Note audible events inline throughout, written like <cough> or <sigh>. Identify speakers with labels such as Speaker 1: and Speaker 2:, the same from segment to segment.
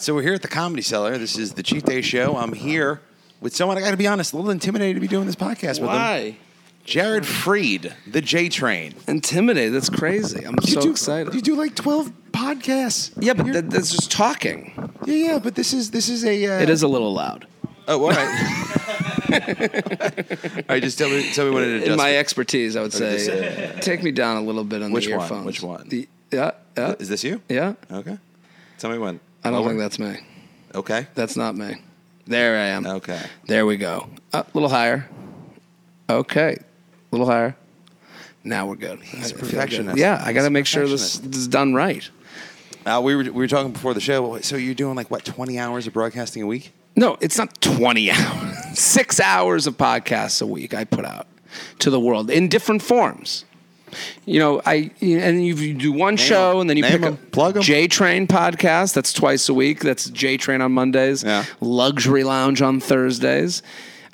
Speaker 1: So we're here at the Comedy Cellar. This is the Cheat Day Show. I'm here with someone. I got to be honest, a little intimidated to be doing this podcast with him.
Speaker 2: Why?
Speaker 1: Jared Freed, the J Train.
Speaker 2: Intimidate. That's crazy. I'm so
Speaker 1: do,
Speaker 2: excited.
Speaker 1: You do like 12 podcasts.
Speaker 2: yeah, but
Speaker 1: You're-
Speaker 2: that, that's just talking.
Speaker 1: yeah, yeah, but this is this is a. Uh,
Speaker 2: It is a little loud.
Speaker 1: Oh, all
Speaker 2: <laughs>
Speaker 1: right. all right, just tell me tell me what an
Speaker 2: In
Speaker 1: adjustment.
Speaker 2: my expertise, I would
Speaker 1: Okay,
Speaker 2: say, <laughs> take me down a little bit on
Speaker 1: Which
Speaker 2: the
Speaker 1: one?
Speaker 2: earphones.
Speaker 1: Which one?
Speaker 2: The, yeah, yeah,
Speaker 1: is this you?
Speaker 2: yeah.
Speaker 1: Okay. Tell me when.
Speaker 2: I don't
Speaker 1: Lower?
Speaker 2: think that's me.
Speaker 1: Okay.
Speaker 2: That's not me. There I am.
Speaker 1: Okay.
Speaker 2: There we go. A little higher. Okay. A little higher. Now we're good. I feel good.
Speaker 1: perfectionist.
Speaker 2: Yeah, I got
Speaker 1: He's a
Speaker 2: to make sure this,
Speaker 1: perfectionist.
Speaker 2: this is done right.
Speaker 1: Uh, we were we were talking before the show. So you're doing like what 20 hours of broadcasting a week?
Speaker 2: No, it's not 20 <laughs> hours. Six hours of podcasts a week I put out to the world in different forms. You know, I and you, you do one show
Speaker 1: 'em.
Speaker 2: and then you
Speaker 1: Name
Speaker 2: pick
Speaker 1: 'em.
Speaker 2: up
Speaker 1: Plug 'em.
Speaker 2: J Train podcast. That's twice a week. That's J Train on Mondays.
Speaker 1: Yeah.
Speaker 2: Luxury Lounge on Thursdays.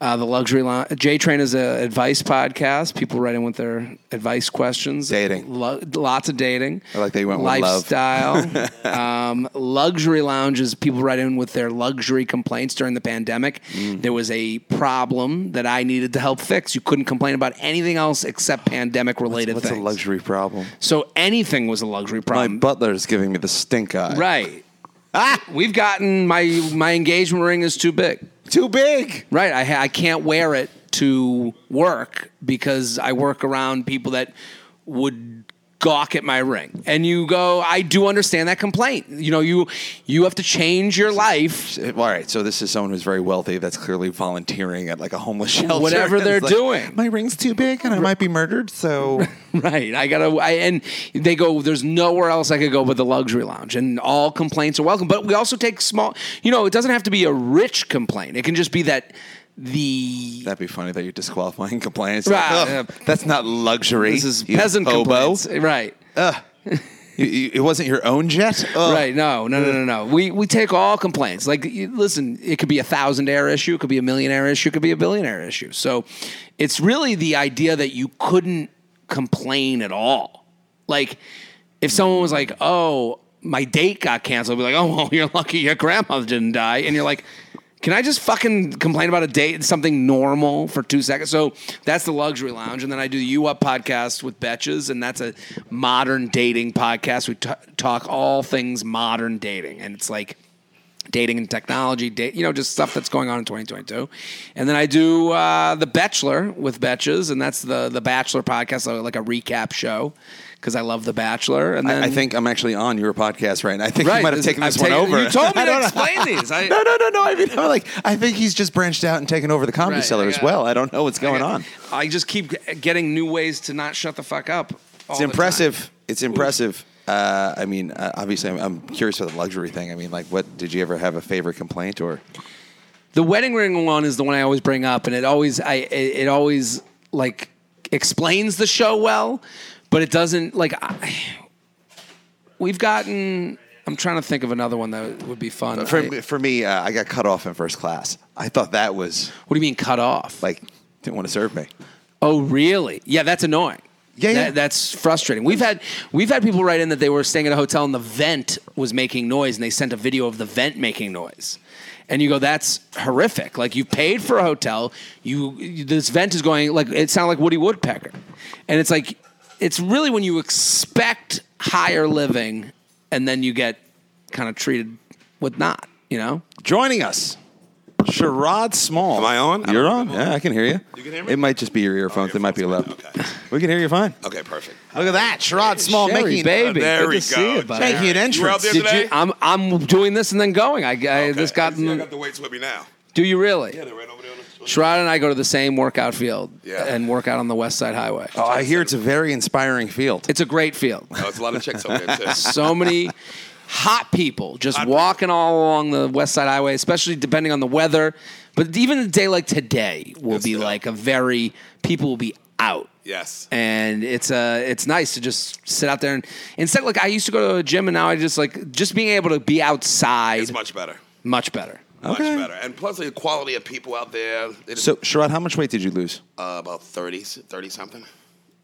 Speaker 2: Uh, the Luxury Lounge. J Train is a advice podcast. People write in with their advice questions.
Speaker 1: Dating.
Speaker 2: Lo- lots of dating.
Speaker 1: I like that you went with love. <laughs>
Speaker 2: lifestyle. um, luxury lounges. People write in with their luxury complaints during the pandemic.
Speaker 1: Mm.
Speaker 2: There was a problem that I needed to help fix. You couldn't complain about anything else except pandemic related
Speaker 1: What's
Speaker 2: things.
Speaker 1: a luxury problem?
Speaker 2: so anything was a luxury
Speaker 1: My
Speaker 2: problem.
Speaker 1: butler's giving me the stink eye. <laughs>
Speaker 2: right. Ah! We've gotten my my engagement ring is too big.
Speaker 1: Too big.
Speaker 2: Right. I, ha- I can't wear it to work because I work around people that would gawk at my ring. And you go, I do understand that complaint. You know, you you have to change your life.
Speaker 1: All right, so this is someone who's very wealthy that's clearly volunteering at like a homeless <laughs> shelter.
Speaker 2: Whatever
Speaker 1: It's
Speaker 2: they're
Speaker 1: like,
Speaker 2: doing.
Speaker 1: My ring's too big and I might be murdered, so
Speaker 2: <laughs> Right. I gotta. I, and they go. There's nowhere else I could go but the luxury lounge, and all complaints are welcome. But we also take small. You know, it doesn't have to be a rich complaint. It can just be that the
Speaker 1: that'd be funny that you're disqualifying complaints.
Speaker 2: Right,
Speaker 1: Ugh,
Speaker 2: yeah.
Speaker 1: that's not luxury.
Speaker 2: this is
Speaker 1: you
Speaker 2: peasant
Speaker 1: hobo. Oh.
Speaker 2: complaints. Right.
Speaker 1: You- you- it wasn't your own jet. Ugh.
Speaker 2: Right. No, no, no, no, no. We, we take all complaints. Like, you, listen, it could be a thousand air issue, it could be a millionaire issue, it could be a billionaire issue. So it's really the idea that you couldn't complain at all. Like, if someone was like, oh, my date got canceled, I'd be like, oh, well, <laughs> you're lucky your grandma didn't die. And you're like, can I just fucking complain about a date, something normal for two seconds? So that's the luxury lounge, and then I do the You Up podcast with Betches, and that's a modern dating podcast. We t- talk all things modern dating, and it's like dating and technology, date, you know, just stuff that's going on in 2022. And then I do uh, the Bachelor with Betches, and that's the the Bachelor podcast, so like a recap show because I love the Bachelor. And then
Speaker 1: I, I think I'm actually on your podcast right now. I think you might have taken
Speaker 2: I've
Speaker 1: this one
Speaker 2: taken-
Speaker 1: over. <laughs>
Speaker 2: You told me
Speaker 1: I
Speaker 2: to
Speaker 1: don't know.
Speaker 2: explain these.
Speaker 1: <laughs>
Speaker 2: I,
Speaker 1: No, no, no, no. I mean, I'm like, I think he's just branched out and taken over the comedy
Speaker 2: Right,
Speaker 1: cellar
Speaker 2: I
Speaker 1: as
Speaker 2: got-
Speaker 1: well. I don't know what's going on.
Speaker 2: I just keep g- getting new ways to not shut the fuck up. all
Speaker 1: It's
Speaker 2: the
Speaker 1: impressive.
Speaker 2: time.
Speaker 1: It's impressive. Uh, I mean, uh, obviously, I'm, I'm curious about the luxury thing. I mean, like, what did you ever have a favorite complaint or?
Speaker 2: The wedding ring one is the one I always bring up, and it always, I, it, it always like explains the show well, but it doesn't like. I, we've gotten. I'm trying to think of another one that would be fun.
Speaker 1: For
Speaker 2: I-
Speaker 1: me- for me, uh, I got cut off in first class. I thought that was
Speaker 2: what do you mean cut off?
Speaker 1: like didn't want to serve me.
Speaker 2: Oh, really? Yeah, that's annoying.
Speaker 1: Yeah, yeah.
Speaker 2: That- that's frustrating. We've had we've had people write in that they were staying at a hotel and the vent was making noise, and they sent a video of the vent making noise. And you go, that's horrific. Like you paid for a hotel, you, you this vent is going like it sounded like Woody Woodpecker, and it's like it's really when you expect higher living, and then you get kind of treated with not, you know.
Speaker 1: Joining us, Sherrod Small.
Speaker 3: Am I on?
Speaker 1: You're
Speaker 3: I
Speaker 1: on.
Speaker 3: don't-
Speaker 1: Yeah, I can hear you.
Speaker 3: You can hear me? Oh,
Speaker 1: It might just be your earphones. they might be loud.
Speaker 3: Okay.
Speaker 1: We can hear you fine.
Speaker 3: Okay, perfect.
Speaker 1: Look at that, Sherrod Small
Speaker 2: Sherry,
Speaker 1: Oh, making
Speaker 2: baby.
Speaker 3: uh, there
Speaker 2: good
Speaker 3: we
Speaker 2: to See
Speaker 3: go.
Speaker 2: you, buddy.
Speaker 3: Thank
Speaker 1: making an entrance.
Speaker 3: You were out there
Speaker 2: Did
Speaker 3: today?
Speaker 2: you? I'm I'm doing this and then going. I, I this got.
Speaker 3: I got the weights with me now.
Speaker 2: Do you really?
Speaker 3: Yeah, they're right over there. On the
Speaker 2: Sherrod and I go to the same workout field
Speaker 3: Yeah.
Speaker 2: and work out on the West Side Highway.
Speaker 1: Oh, I hear it's a very inspiring field.
Speaker 2: It's a great field.
Speaker 3: Oh, it's a lot of chicks over there
Speaker 2: <laughs>
Speaker 3: too. <laughs>
Speaker 2: So many hot people just walking all along the West Side Highway, especially depending on the weather. But even a day like today will
Speaker 3: Yes,
Speaker 2: be
Speaker 3: yeah.
Speaker 2: like a very people will be out.
Speaker 3: Yes.
Speaker 2: And it's uh it's nice to just sit out there and instead like I used to go to a gym and now I just like just being able to be outside
Speaker 3: It's much better.
Speaker 2: much better.
Speaker 1: Okay.
Speaker 3: Much better. And plus the quality of people out there. It is
Speaker 1: So, Sherrod, how much weight did you lose?
Speaker 3: uh, about 30, 30 something.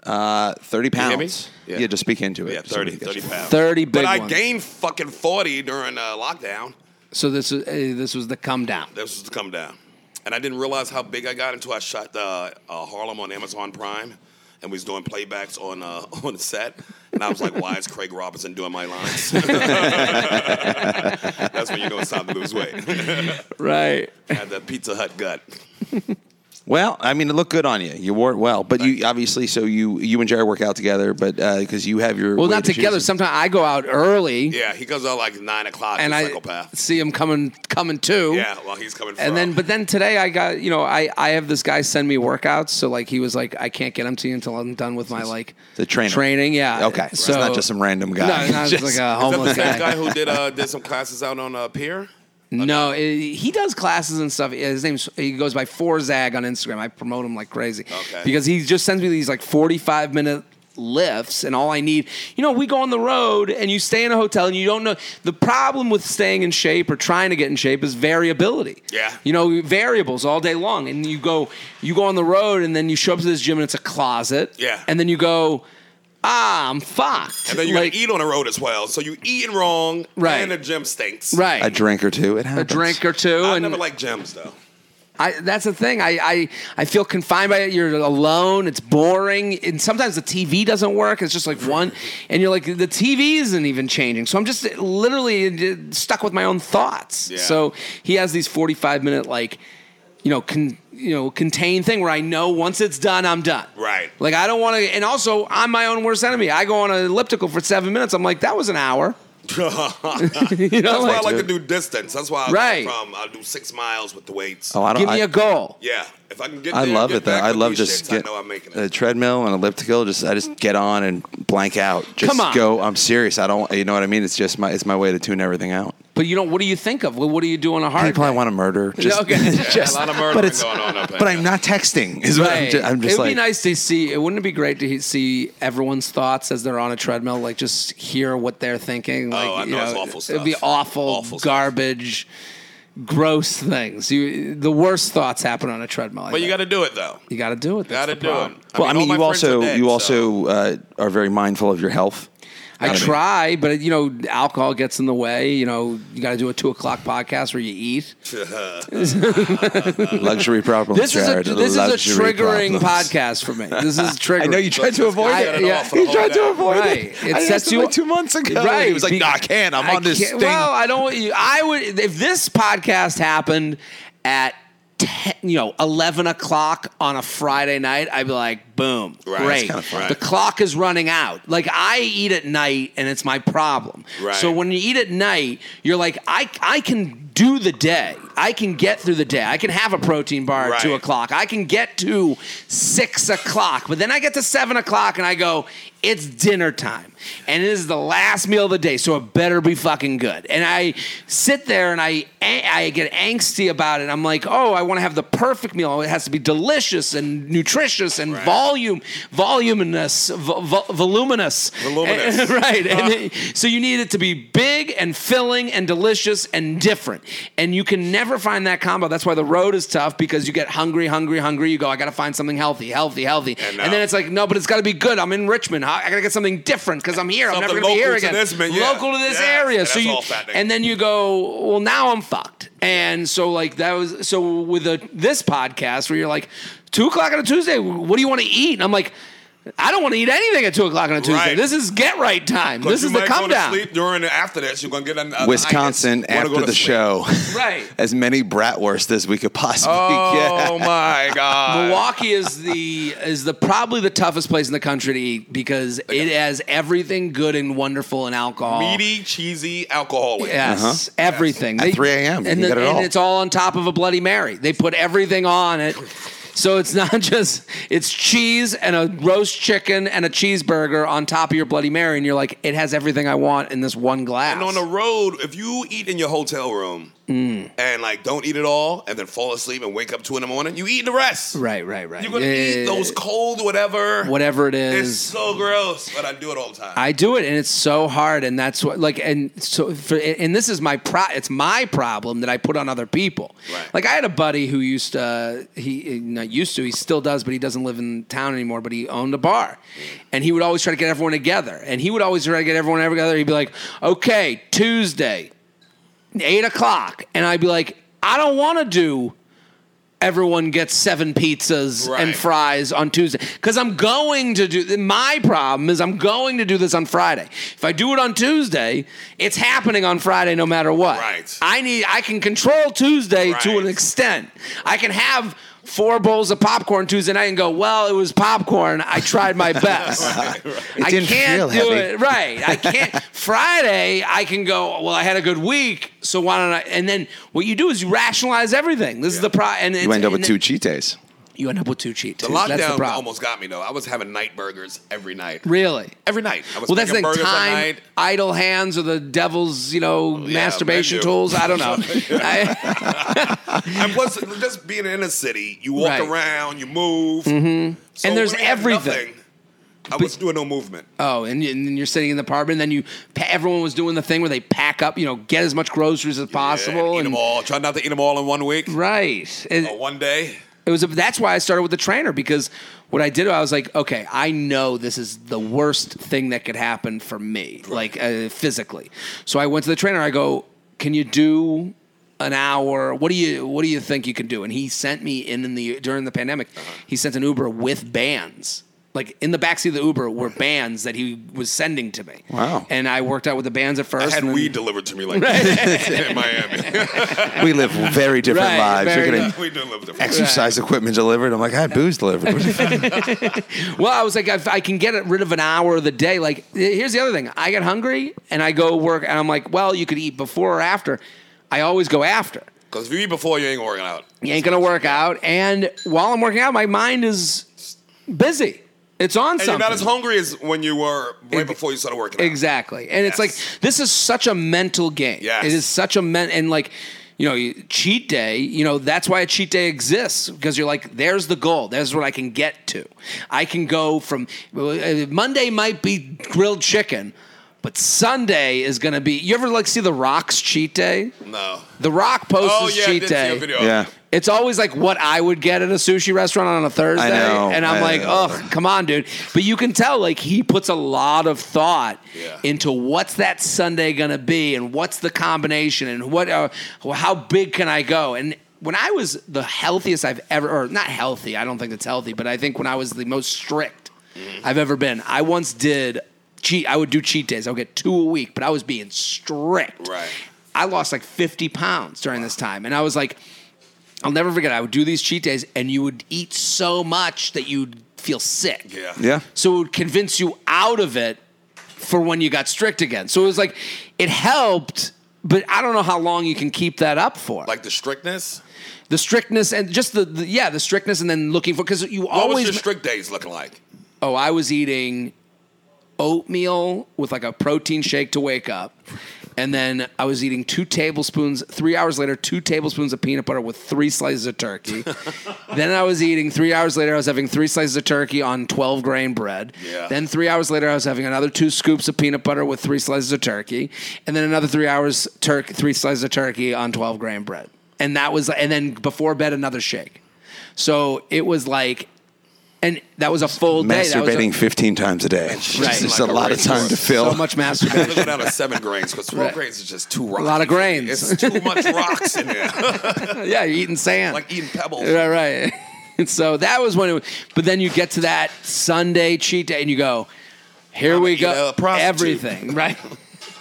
Speaker 1: Uh, 30
Speaker 3: hear
Speaker 1: pounds.
Speaker 3: me?
Speaker 1: Yeah.
Speaker 3: Yeah.
Speaker 1: just speak into it.
Speaker 3: Yeah,
Speaker 1: Somebody
Speaker 3: 30,
Speaker 1: gets
Speaker 3: 30 pounds.
Speaker 2: 30 big
Speaker 3: But I
Speaker 2: ones.
Speaker 3: gained fucking 40 during uh, lockdown.
Speaker 2: So this was, uh, this was the come down.
Speaker 3: This was to come down. And I didn't realize how big I got until I shot uh, uh, Harlem on Amazon Prime and we was doing playbacks on uh, <laughs> on the set. And I was like, why is Craig Robinson doing my lines? <laughs> That's when you know it's time to lose weight. <laughs>
Speaker 2: Right.
Speaker 3: Had the Pizza Hut gut.
Speaker 1: Well, I mean, it looked good on you. You wore it well, but you obviously so you you and Jerry work out together, but because you have your
Speaker 2: Well,
Speaker 1: way
Speaker 2: not
Speaker 1: to choose
Speaker 2: together.
Speaker 1: and-
Speaker 2: Sometimes I go out early
Speaker 3: Yeah, he goes out like 9 o'clock,
Speaker 2: and
Speaker 3: the
Speaker 2: I
Speaker 3: psychopath.
Speaker 2: see him coming coming too.
Speaker 3: Yeah, well, he's coming from.
Speaker 2: And then, but then today I got, you know, I, I have this guy send me workouts. So like he was like, I can't get them to you until I'm done with my like
Speaker 1: The trainer.
Speaker 2: training. Yeah.
Speaker 1: Okay, so it's not just some random guy. <laughs>
Speaker 2: No, not just,
Speaker 1: Just-
Speaker 2: like
Speaker 3: <laughs>
Speaker 2: a
Speaker 3: Is that the
Speaker 2: homeless
Speaker 3: same
Speaker 2: guy.
Speaker 3: guy who did uh, did some classes out on uh, Pier?
Speaker 2: No, it, he does classes and stuff. His name's he goes by Forzag on Instagram. I promote him like crazy
Speaker 3: Okay.
Speaker 2: because he just sends me these like forty-five minute lifts, and all I need, you know, we go on the road and you stay in a hotel and you don't know. The problem with staying in shape or trying to get in shape is variability.
Speaker 3: Yeah.
Speaker 2: you know, variables all day long, and you go you go on the road and then you show up to this gym and it's a closet.
Speaker 3: Yeah.
Speaker 2: and then you go. Ah, I'm fucked.
Speaker 3: And then you
Speaker 2: Like,
Speaker 3: gotta eat on the road as well. So you eating wrong,
Speaker 2: Right.
Speaker 3: and the gym stinks.
Speaker 2: right.
Speaker 1: a drink or two. It
Speaker 2: A
Speaker 1: happens.
Speaker 2: drink or two,
Speaker 3: I
Speaker 2: and
Speaker 3: never like gyms though. <laughs>
Speaker 2: I, that's the thing. I, I, I feel confined by it. You're alone. It's boring. And sometimes the TV doesn't work. It's just like one. And you're like, the TV isn't even changing. So I'm just literally stuck with my own thoughts.
Speaker 3: Yeah.
Speaker 2: So he has these 45 minute, like, you know, con, you know, contained thing where I know once it's done, I'm done.
Speaker 3: Right.
Speaker 2: Like, I don't want to. And also, I'm my own worst enemy. I go on an elliptical for seven minutes. I'm like, that was an hour. <laughs> You know,
Speaker 3: That's why I
Speaker 2: like,
Speaker 3: like to do distance. That's why I
Speaker 2: Right.
Speaker 3: from I'll do six miles with the weights.
Speaker 1: Oh, I don't.
Speaker 2: give me
Speaker 1: I-
Speaker 2: a goal.
Speaker 3: yeah, if I can get,
Speaker 1: I
Speaker 3: there,
Speaker 1: love
Speaker 3: get
Speaker 1: it though.
Speaker 3: back
Speaker 1: I
Speaker 3: with
Speaker 1: love
Speaker 3: these
Speaker 1: just
Speaker 3: shits,
Speaker 1: get
Speaker 3: I know I'm making
Speaker 1: a
Speaker 3: it.
Speaker 1: treadmill and elliptical. Just I just get on and blank out. Just
Speaker 2: Come on.
Speaker 1: go. I'm serious. I don't. You know what I mean? It's just my. It's my way to tune everything out.
Speaker 2: But you know, what do you think of? What do you do on a hard
Speaker 1: People I
Speaker 2: day?
Speaker 1: want to murder. Just,
Speaker 2: <laughs> okay.
Speaker 1: just-
Speaker 3: a lot of murdering
Speaker 1: but it's,
Speaker 3: going on up
Speaker 1: <laughs>
Speaker 3: there.
Speaker 1: But I'm not texting. Is what I'm,
Speaker 2: Right.
Speaker 1: just, I'm just
Speaker 2: it would
Speaker 1: like.
Speaker 2: be nice to see. It wouldn't it be great to he- see everyone's thoughts as they're on a treadmill? Like just hear what they're thinking. Like,
Speaker 3: I
Speaker 2: you
Speaker 3: know, it's awful
Speaker 2: It'd be
Speaker 3: stuff.
Speaker 2: awful,
Speaker 3: Awful stuff.
Speaker 2: garbage, gross things. You, the worst thoughts happen on a treadmill. like
Speaker 3: But you
Speaker 2: that.
Speaker 3: got to do it though.
Speaker 2: you got to do it. That's
Speaker 3: Got to
Speaker 2: the
Speaker 3: do it.
Speaker 2: problem.
Speaker 1: well, I mean,
Speaker 3: all
Speaker 1: you
Speaker 3: my friends are
Speaker 1: also
Speaker 3: dead,
Speaker 1: you
Speaker 3: so-
Speaker 1: also uh, are very mindful of your health.
Speaker 2: I
Speaker 1: Gotta be.
Speaker 2: try, but you know, alcohol gets in the way. You know, you got to do a two o'clock podcast where you eat.
Speaker 1: Luxury problems.
Speaker 2: This
Speaker 1: Jared,
Speaker 2: is a this is a
Speaker 1: Luxury
Speaker 2: triggering
Speaker 1: problems.
Speaker 2: podcast for me. This is triggering.
Speaker 1: I know you tried to avoid
Speaker 2: I-
Speaker 1: it.
Speaker 2: yeah.
Speaker 1: You tried to avoid
Speaker 2: Right.
Speaker 1: it.
Speaker 2: It
Speaker 1: I
Speaker 2: sets
Speaker 1: asked him,
Speaker 2: you
Speaker 1: like,
Speaker 2: up.
Speaker 1: two months ago.
Speaker 2: Right.
Speaker 1: He was like,
Speaker 2: Be-
Speaker 1: "No, I can't. I'm
Speaker 2: I
Speaker 1: on this
Speaker 2: can't-
Speaker 1: thing."
Speaker 2: Well, I don't. you- I would if this podcast happened at. 10, you know, eleven o'clock on a Friday night, I'd be like, "Boom,
Speaker 3: Right.
Speaker 2: great!"
Speaker 3: That's kinda fun.
Speaker 2: The clock is running out. Like I eat at night, and it's my problem.
Speaker 3: Right.
Speaker 2: So when you eat at night, you're like, "I I can do the day. I can get through the day. I can have a protein bar at
Speaker 3: Right.
Speaker 2: two o'clock. I can get to six o'clock. But then I get to seven o'clock, and I go, "It's dinner time, and it is the last meal of the day. So it better be fucking good." And I sit there and I I get angsty about it. I'm like, "Oh, I want to have the perfect meal. It has to be delicious and nutritious and
Speaker 3: Right.
Speaker 2: volume, voluminous, vo- vo- voluminous,
Speaker 3: Voluminous.
Speaker 2: And- <laughs> right?
Speaker 3: Uh-huh.
Speaker 2: And it- so you need it to be big and filling and delicious and different. And you can never find that combo. That's why the road is tough because you get hungry, hungry, hungry. You go, I got to find something healthy, healthy, healthy. And,
Speaker 3: And,
Speaker 2: then
Speaker 3: uh,
Speaker 2: it's like, no, but it's got to be good. I'm in Richmond. How- I got to get something different because I'm here. I'm never
Speaker 3: Something
Speaker 2: going to be here
Speaker 3: local to
Speaker 2: again.
Speaker 3: this, man. Yeah.
Speaker 2: Local to this
Speaker 3: Yeah.
Speaker 2: area.
Speaker 3: And
Speaker 2: so
Speaker 3: that's
Speaker 2: you
Speaker 3: all fattening.
Speaker 2: and then you go, well, now I'm fucked. And so like that was so with a, this podcast where you're like, two o'clock on a Tuesday. What do you want to eat? And I'm like. I don't want to eat anything at two o'clock on a Tuesday.
Speaker 3: Right.
Speaker 2: This is get right time.
Speaker 3: But
Speaker 2: This
Speaker 3: you
Speaker 2: is the
Speaker 3: might go
Speaker 2: come
Speaker 3: to
Speaker 2: down.
Speaker 3: Sleep during and after this, you're gonna get uh, an, an
Speaker 1: Wisconsin
Speaker 3: itis. Wanna
Speaker 1: after
Speaker 3: go to
Speaker 1: the
Speaker 3: sleep.
Speaker 1: show.
Speaker 2: Right.
Speaker 1: as many bratwurst as we could possibly <laughs>
Speaker 3: Oh
Speaker 1: get.
Speaker 3: my god!
Speaker 2: Milwaukee is the is the probably the toughest place in the country to eat because it has everything good and wonderful and alcohol.
Speaker 3: Meaty, cheesy, alcoholic.
Speaker 2: Yes, everything.
Speaker 1: Uh-huh. At 3 a.m., you
Speaker 2: And,
Speaker 1: get it
Speaker 2: and
Speaker 1: all.
Speaker 2: it's all on top of a Bloody Mary. They put everything on it. So it's not <laughs> just it's cheese and a roast chicken and a cheeseburger on top of your Bloody Mary, and you're like, it has everything I want in this one glass.
Speaker 3: And on the road, if you eat in your hotel room
Speaker 1: Mm.
Speaker 3: and like don't eat at all, and then fall asleep and wake up two in the morning, you eat the rest.
Speaker 2: right, right, right.
Speaker 3: You're gonna
Speaker 2: Yeah,
Speaker 3: eat those cold whatever.
Speaker 2: whatever it
Speaker 3: It's
Speaker 2: is.
Speaker 3: so gross, but I do it all the time.
Speaker 2: I do it, and it's so hard, and that's what like, and so for, and this is my pro. It's my problem that I put on other people.
Speaker 3: Right.
Speaker 2: Like I had a buddy who used to he not used to he still does, but he doesn't live in town anymore. But he owned a bar, and he would always try to get everyone together, and he would always try to get everyone together. He'd be like, "Okay, Tuesday." eight o'clock, and I'd be like, I don't want to do. Everyone gets seven pizzas and
Speaker 3: Right.
Speaker 2: fries on Tuesday because I'm going to do. My problem is I'm going to do this on Friday. If I do it on Tuesday, it's happening on Friday no matter what.
Speaker 3: Right.
Speaker 2: I need. I can control Tuesday to an
Speaker 3: Right.
Speaker 2: extent. I can have four bowls of popcorn Tuesday night and go. Well, it was popcorn. I tried
Speaker 3: <laughs>
Speaker 2: my best. I
Speaker 4: didn't
Speaker 2: can't
Speaker 4: feel
Speaker 2: do
Speaker 4: heavy.
Speaker 2: it right. I can't. Friday, I can go. Well, I had a good week, so why don't I? And then what you do is you rationalize everything. This is the pro. And
Speaker 1: You
Speaker 2: it's-
Speaker 1: end up
Speaker 2: and
Speaker 1: with
Speaker 2: then-
Speaker 1: two cheat days.
Speaker 2: You end up with two cheat.
Speaker 3: The
Speaker 2: days. That's the
Speaker 3: lockdown
Speaker 2: problem.
Speaker 3: almost got me though. I was having night burgers every night.
Speaker 2: really.
Speaker 3: Every night. I was
Speaker 2: Well, that's the
Speaker 3: making
Speaker 2: thing.
Speaker 3: burgers at
Speaker 2: Time, <laughs>
Speaker 3: night. Oh,
Speaker 2: idle hands, or the devil's, you know,
Speaker 3: yeah,
Speaker 2: masturbation
Speaker 3: menu.
Speaker 2: tools. I
Speaker 3: <laughs>
Speaker 2: don't know. I-
Speaker 3: And plus, just being in a city, you walk
Speaker 2: Right. Mm-hmm.
Speaker 3: around, you move, So
Speaker 2: And there's
Speaker 3: when we had
Speaker 2: everything.
Speaker 3: nothing, I was doing no movement.
Speaker 2: <laughs> Oh, and, you- and then you're sitting in the apartment. And then you, pa- everyone was doing the thing where they pack up, you know, get as much groceries as
Speaker 3: Yeah,
Speaker 2: possible.
Speaker 3: eat
Speaker 2: and,
Speaker 3: them all. Try not to eat them all in one week
Speaker 2: Right. And
Speaker 3: or one day.
Speaker 2: it was. A, that's why I started with the trainer because what I did, I was like, okay, I know this is the worst thing that could happen for me, like uh, physically. So I went to the trainer. I go, can you do? An hour. What do you What do you think you can do? And he sent me in, in the during the pandemic.
Speaker 3: Uh-huh.
Speaker 2: He sent an Uber with bands, like in the backseat of the Uber were bands that he was sending to me.
Speaker 1: Wow.
Speaker 2: And I worked out with the bands at first.
Speaker 3: I had
Speaker 2: and then-
Speaker 3: weed delivered to
Speaker 2: <laughs>
Speaker 3: me like this in Miami. <laughs>
Speaker 1: We live very different
Speaker 2: Right,
Speaker 1: lives.
Speaker 2: very
Speaker 1: You're getting
Speaker 3: we delivered it.
Speaker 1: exercise equipment delivered. I'm like, I had booze delivered. What the fuck?
Speaker 2: <laughs> Well, I was like, if I can get it rid of an hour of the day. Like, here's the other thing: I get hungry and I go work, and I'm like, well, you could eat before or after. I always go after.
Speaker 3: Because if you eat before, you ain't working out.
Speaker 2: You ain't gonna work out, and while I'm working out, my mind is busy. It's on
Speaker 3: And
Speaker 2: something.
Speaker 3: you're not as hungry as when you were right
Speaker 2: Ex-
Speaker 3: before you started working out.
Speaker 2: Exactly. And it's
Speaker 3: Yes.
Speaker 2: like this is such a mental game.
Speaker 3: Yes.
Speaker 2: It is such a men and like you know, you- cheat day, you know, that's why a cheat day exists because you're like there's the goal. There's what I can get to. I can go from uh, Monday might be grilled chicken, but Sunday is going to be You ever like see The Rock's cheat day?
Speaker 3: No.
Speaker 2: The Rock posts
Speaker 3: Oh,
Speaker 2: his
Speaker 3: yeah, I
Speaker 2: cheat
Speaker 3: did
Speaker 2: day.
Speaker 3: see a video.
Speaker 1: Yeah.
Speaker 2: It's always like what I would get at a sushi restaurant on a Thursday.
Speaker 1: I know,
Speaker 2: and I'm
Speaker 1: I
Speaker 2: like,
Speaker 1: know.
Speaker 2: ugh, come on, dude. But you can tell, like, he puts a lot of thought
Speaker 3: Yeah.
Speaker 2: into what's that Sunday going to be and what's the combination and what, uh, how big can I go? And when I was the healthiest I've ever, or not healthy, I don't think it's healthy, but I think when I was the most strict
Speaker 1: Mm-hmm.
Speaker 2: I've ever been, I once did cheat, I would do cheat days. I would get two a week, but I was being strict.
Speaker 3: Right.
Speaker 2: I lost like 50 pounds during this time. And I was like, I'll never forget. I would do these cheat days, and you would eat so much that you'd feel sick.
Speaker 3: Yeah.
Speaker 1: yeah.
Speaker 2: So it would convince you out of it for when you got strict again. So it was like, it helped, but I don't know how long you can keep that up for.
Speaker 3: Like the strictness.
Speaker 2: the strictness and just the, the yeah, the strictness, and then looking for because you
Speaker 3: What was
Speaker 2: always
Speaker 3: your strict days looking like?
Speaker 2: oh, I was eating oatmeal with like a protein shake to wake up. And then I was eating two tablespoons, three hours later, two tablespoons of peanut butter with three slices of turkey. then I was eating, three hours later, I was having three slices of turkey on 12 grain bread.
Speaker 3: Yeah.
Speaker 2: Then three hours later, I was having another two scoops of peanut butter with three slices of turkey. And then another three hours, turk, three slices of turkey on 12 grain bread. And that was, and then before bed, another shake. So it was like, and that was a full day. That was a-
Speaker 1: Masturbating 15 times a day. Right. There's a
Speaker 3: Like a
Speaker 1: lot of
Speaker 3: racehorse.
Speaker 1: time to fill.
Speaker 2: So much
Speaker 3: I <laughs>
Speaker 2: masturbation.
Speaker 3: live down to
Speaker 2: <laughs>
Speaker 3: seven grains because 12
Speaker 2: Right.
Speaker 3: grains is just too rocky.
Speaker 2: lot of
Speaker 3: for me.
Speaker 2: grains.
Speaker 3: It's too much rocks
Speaker 2: <laughs>
Speaker 3: in there. <laughs>
Speaker 2: yeah, you're eating sand.
Speaker 3: like eating pebbles.
Speaker 2: right, right. <laughs> And so that was when it But then you get to that Sunday cheat day and you go, here
Speaker 3: I'ma
Speaker 2: we
Speaker 3: eat
Speaker 2: go.
Speaker 3: a prostitute.
Speaker 2: Everything, <laughs> right?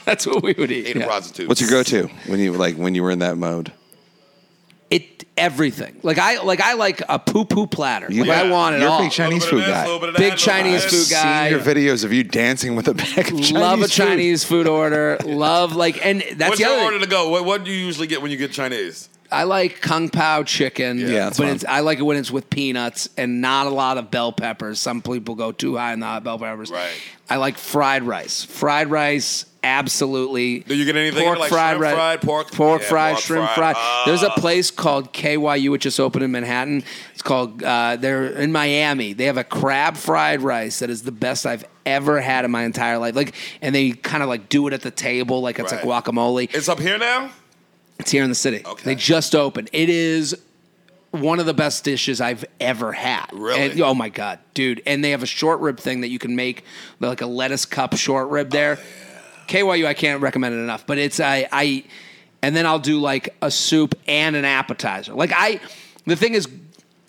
Speaker 2: That's what we would eat.
Speaker 3: Eating
Speaker 2: yeah.
Speaker 3: prostitutes.
Speaker 1: What's your go-to when you like when you were in that mode?
Speaker 2: It everything. Like I like I like a poo poo platter. like I
Speaker 3: Yeah.
Speaker 2: want it
Speaker 1: You're a
Speaker 2: all.
Speaker 1: big Chinese food guy.
Speaker 2: Big Chinese
Speaker 1: I've
Speaker 2: food guy.
Speaker 1: Seen your videos of you dancing with a bag of Chinese
Speaker 2: love a
Speaker 1: food.
Speaker 2: Chinese food, order. Love like and that's
Speaker 3: What's
Speaker 2: the
Speaker 3: your
Speaker 2: other.
Speaker 3: order
Speaker 2: thing.
Speaker 3: to go? What, what do you usually get when you get Chinese?
Speaker 2: I like kung pao chicken.
Speaker 1: Yeah, that's
Speaker 2: but
Speaker 1: fine.
Speaker 2: it's, I like it when it's with peanuts and not a lot of bell peppers. Some people go too high in the hot bell peppers.
Speaker 3: Right.
Speaker 2: I like fried rice. Fried rice, absolutely.
Speaker 3: Do you get anything
Speaker 2: Pork
Speaker 3: like
Speaker 2: fried
Speaker 3: shrimp
Speaker 2: rice,
Speaker 3: fried, pork-
Speaker 2: pork
Speaker 3: Yeah,
Speaker 2: fried,
Speaker 3: pork
Speaker 2: shrimp fried.
Speaker 3: fried. Ah.
Speaker 2: There's a place called KYU which just opened in Manhattan. It's called. Uh, they're in Miami. They have a crab fried rice that is the best I've ever had in my entire life. Like, and they kind of like do it at the table, like it's
Speaker 3: Right.
Speaker 2: like guacamole.
Speaker 3: It's up here now?
Speaker 2: It's here in the city.
Speaker 3: Okay.
Speaker 2: They just opened. It is one of the best dishes I've ever had.
Speaker 3: Really?
Speaker 2: And- oh my god, dude! And they have a short rib thing that you can make like a
Speaker 3: Oh,
Speaker 2: lettuce cup short rib there. KYU, I can't recommend it enough. But it's I I. and then I'll do like a soup and an appetizer. Like I, the thing is,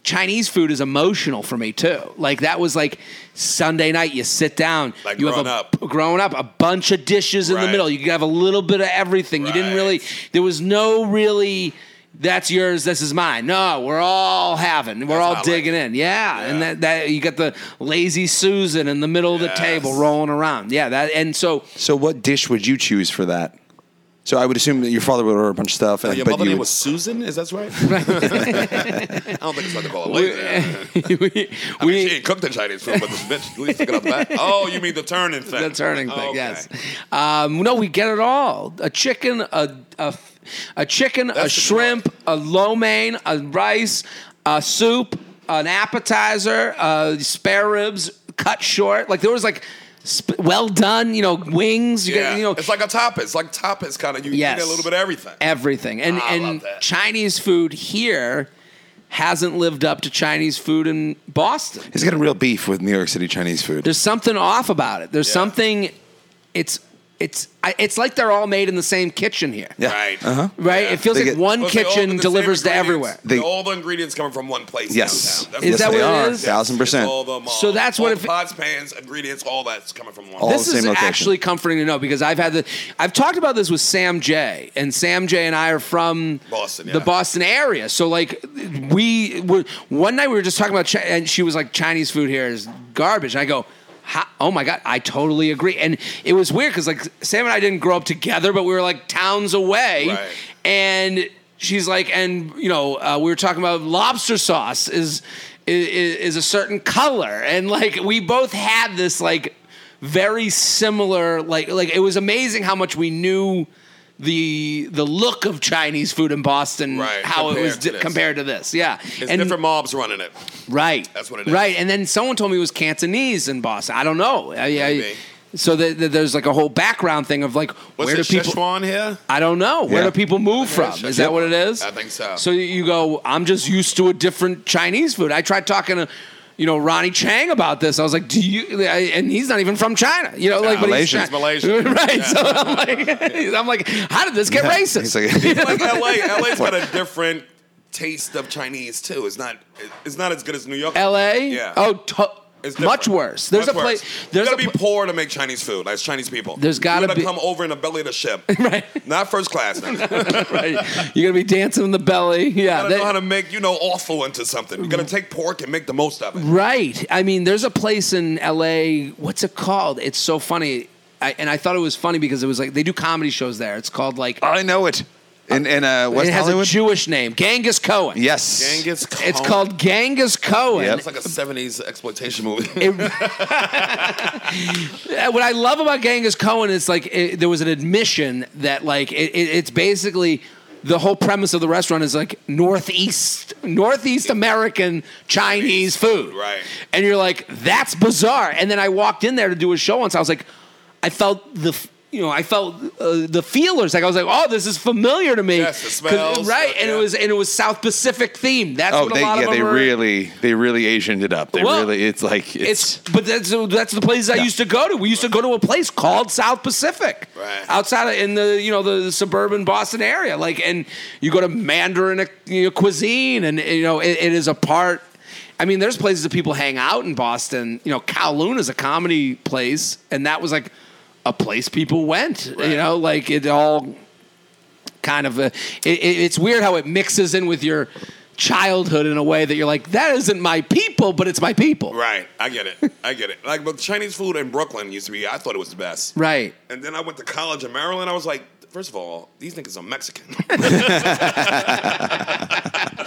Speaker 2: Chinese food is emotional for me too. Like that was like Sunday night. You sit down.
Speaker 3: Like
Speaker 2: you have
Speaker 3: growing
Speaker 2: a,
Speaker 3: up.
Speaker 2: Growing up, a bunch of dishes in the
Speaker 3: Right.
Speaker 2: middle. You could have a little bit of everything. You didn't
Speaker 3: Right.
Speaker 2: really. There was no really. That's yours. This is mine. No, we're all having. We're
Speaker 3: That's
Speaker 2: all
Speaker 3: how I
Speaker 2: digging
Speaker 3: like it.
Speaker 2: in. Yeah, and
Speaker 3: Yeah.
Speaker 2: that, that you got the lazy Susan in the middle of the
Speaker 3: Yes.
Speaker 2: table rolling around. Yeah, that and so <laughs>
Speaker 1: So, what dish would you choose for that? So, I would assume that your father would order a bunch of stuff.
Speaker 3: Now,
Speaker 1: and-
Speaker 3: your
Speaker 1: but
Speaker 3: mother
Speaker 1: you
Speaker 3: name
Speaker 1: would-
Speaker 3: was Susan, is
Speaker 2: <laughs>
Speaker 3: that right? I <laughs> don't think it's what they call it.
Speaker 2: we, <laughs> we,
Speaker 3: I mean, she ain't cooked the Chinese food, but this bitch, at least took it up
Speaker 2: <laughs>
Speaker 3: back. Oh, you mean the turning thing?
Speaker 2: the turning thing.
Speaker 3: Okay.
Speaker 2: Yes. Um, no, we get it all. A chicken, a a, a chicken, a
Speaker 3: That's the
Speaker 2: shrimp, a lo mein, a rice, a soup, an appetizer, uh, spare ribs cut short. Like there was like sp- well done, you know, wings. You
Speaker 3: Yeah.
Speaker 2: get, you know,
Speaker 3: it's like a tapas, it's like tapas kind of. You
Speaker 2: Yes.
Speaker 3: eat a little bit of everything.
Speaker 2: everything. And
Speaker 3: Ah, I love
Speaker 2: and
Speaker 3: that.
Speaker 2: Chinese food here hasn't lived up to Chinese food in Boston.
Speaker 1: He's got a real beef with New York City Chinese food.
Speaker 2: There's something off about it. There's
Speaker 3: Yeah.
Speaker 2: something. It's it's I, it's like they're all made in the same kitchen here.
Speaker 1: yeah.
Speaker 3: Right.
Speaker 1: Uh-huh.
Speaker 2: Right?
Speaker 3: Yeah.
Speaker 2: It feels
Speaker 1: They
Speaker 2: like
Speaker 1: get-
Speaker 2: one
Speaker 3: Well, they all
Speaker 2: kitchen
Speaker 3: get the
Speaker 2: delivers
Speaker 3: same
Speaker 2: to
Speaker 3: ingredients.
Speaker 2: everywhere.
Speaker 1: They-
Speaker 3: all the ingredients coming from one place.
Speaker 1: Yes.
Speaker 3: downtown. That's
Speaker 2: Is
Speaker 1: yes,
Speaker 2: that
Speaker 1: they
Speaker 2: what it
Speaker 1: are.
Speaker 2: is?
Speaker 1: Thousand percent.
Speaker 3: It's all the mall.
Speaker 2: So that's what
Speaker 3: all
Speaker 2: if
Speaker 3: the
Speaker 2: it-
Speaker 3: pots, pans, ingredients, all that's coming from one.
Speaker 1: All
Speaker 3: place.
Speaker 2: this
Speaker 1: the same
Speaker 2: is
Speaker 1: location.
Speaker 2: actually comforting to know because I've had the I've talked about this with Sam J and Sam J and I are from
Speaker 3: Boston,
Speaker 2: the
Speaker 3: yeah.
Speaker 2: Boston area. So like we were one night we were just talking about Chi- and she was like Chinese food here is garbage. And I go, "Ha- oh my god, I totally agree. And it was weird because like Sam and I didn't grow up together, but we were like towns away,
Speaker 3: Right.
Speaker 2: and she's like, and you know, uh, we were talking about lobster sauce is. i- i- Is a certain color, and like we both had this like very similar like like it was amazing how much we knew the the look of Chinese food in Boston
Speaker 3: Right,
Speaker 2: how it was
Speaker 3: compared
Speaker 2: di-
Speaker 3: to this.
Speaker 2: compared to this yeah
Speaker 3: It's different mobs running it.
Speaker 2: right
Speaker 3: That's what it is.
Speaker 2: right and then someone told me it was Cantonese in Boston I don't know I, I-
Speaker 3: Maybe.
Speaker 2: so that that there's like a whole background thing of like
Speaker 3: What's
Speaker 2: where do
Speaker 3: this
Speaker 2: people
Speaker 3: Szechuan
Speaker 2: <laughs>
Speaker 3: here?
Speaker 2: I don't know. Where
Speaker 1: Yeah.
Speaker 2: do people move from?
Speaker 3: think it's
Speaker 2: Is that what it is?
Speaker 3: I think so.
Speaker 2: So you go, I'm just used to a different Chinese food. I tried talking to, you know, Ronnie Chang about this. I was like, do you? I- And he's not even from China. You know, like, but
Speaker 1: Malaysian.
Speaker 2: he's
Speaker 1: He's
Speaker 3: Malaysian.
Speaker 2: <laughs> right?
Speaker 3: Yeah.
Speaker 2: So I'm like, <laughs> I'm like, how did this
Speaker 1: <laughs>
Speaker 2: get
Speaker 1: Yeah.
Speaker 2: racist?
Speaker 1: He's like-
Speaker 3: like LA, LA's got a different taste of Chinese too. It's not it's not as good as New York.
Speaker 2: L.A.
Speaker 3: Yeah.
Speaker 2: Oh, to-
Speaker 3: It's different.
Speaker 2: much worse. There's
Speaker 3: Much
Speaker 2: a place.
Speaker 3: worse.
Speaker 2: There's
Speaker 3: you
Speaker 2: a
Speaker 3: gotta
Speaker 2: pla-
Speaker 3: be poor to make Chinese food. That's Chinese people.
Speaker 2: There's gotta
Speaker 3: you gotta
Speaker 2: be-
Speaker 3: come over in the belly of the ship,
Speaker 2: <laughs> Right.
Speaker 3: Not first
Speaker 2: <laughs>
Speaker 3: class. Nigga. you <laughs>
Speaker 2: right. You're gonna be dancing in the belly. Yeah.
Speaker 3: gotta
Speaker 2: that-
Speaker 3: know how to make you know awful into something. You gotta take pork and make the most of it.
Speaker 2: Right. I mean, there's a place in LA. What's it called? It's so funny. I, and I thought it was funny because it was like they do comedy shows there. It's called like
Speaker 1: I know it. In, in uh, West
Speaker 2: it has
Speaker 1: Hollywood?
Speaker 2: a Jewish name, Genghis Cohen.
Speaker 1: yes.
Speaker 3: Genghis Khan.
Speaker 2: It's called Genghis Cohen.
Speaker 1: Yep.
Speaker 3: It's like a '70s exploitation movie.
Speaker 2: Uh, What I love about Genghis Cohen is like it, there was an admission that like it, it, it's basically the whole premise of the restaurant is like northeast northeast American Chinese food.
Speaker 3: Right.
Speaker 2: And you're like that's bizarre. And then I walked in there to do a show once. I was like I felt the f- you know, I felt uh, the feelers. Like I was like, "Oh, this is familiar to me."
Speaker 3: Yes, the
Speaker 2: 'Cause-
Speaker 3: smells,
Speaker 2: right?
Speaker 3: uh,
Speaker 2: And it
Speaker 3: yeah.
Speaker 2: was and it was South Pacific themed. That's
Speaker 1: Oh,
Speaker 2: what a
Speaker 1: they,
Speaker 2: lot
Speaker 1: yeah,
Speaker 2: of
Speaker 1: they
Speaker 2: them are-
Speaker 1: really, they really Asianed it up. They
Speaker 2: Well,
Speaker 1: really, it's like,
Speaker 2: it's
Speaker 1: it's,
Speaker 2: but that's that's the places I used to go to. We used to go to a place called South Pacific,
Speaker 3: Right.
Speaker 2: outside of, in the you know the suburban Boston area. Like, and you go to Mandarin you know, cuisine, and you know it, it is a part. I mean, there's places that people hang out in Boston. You know, Kowloon is a comedy place, and that was like a place people went.
Speaker 3: Right.
Speaker 2: You know, like it all kind of a, it, it- it's weird how it mixes in with your childhood in a way that you're like that isn't my people but it's my people
Speaker 3: <laughs> right. I get it. I get it. Like, but Chinese food in Brooklyn used to be. I thought it was the best.
Speaker 2: Right.
Speaker 3: And then I went to college in Maryland. I was like, first of all, these niggas
Speaker 2: <laughs>
Speaker 3: are Mexican.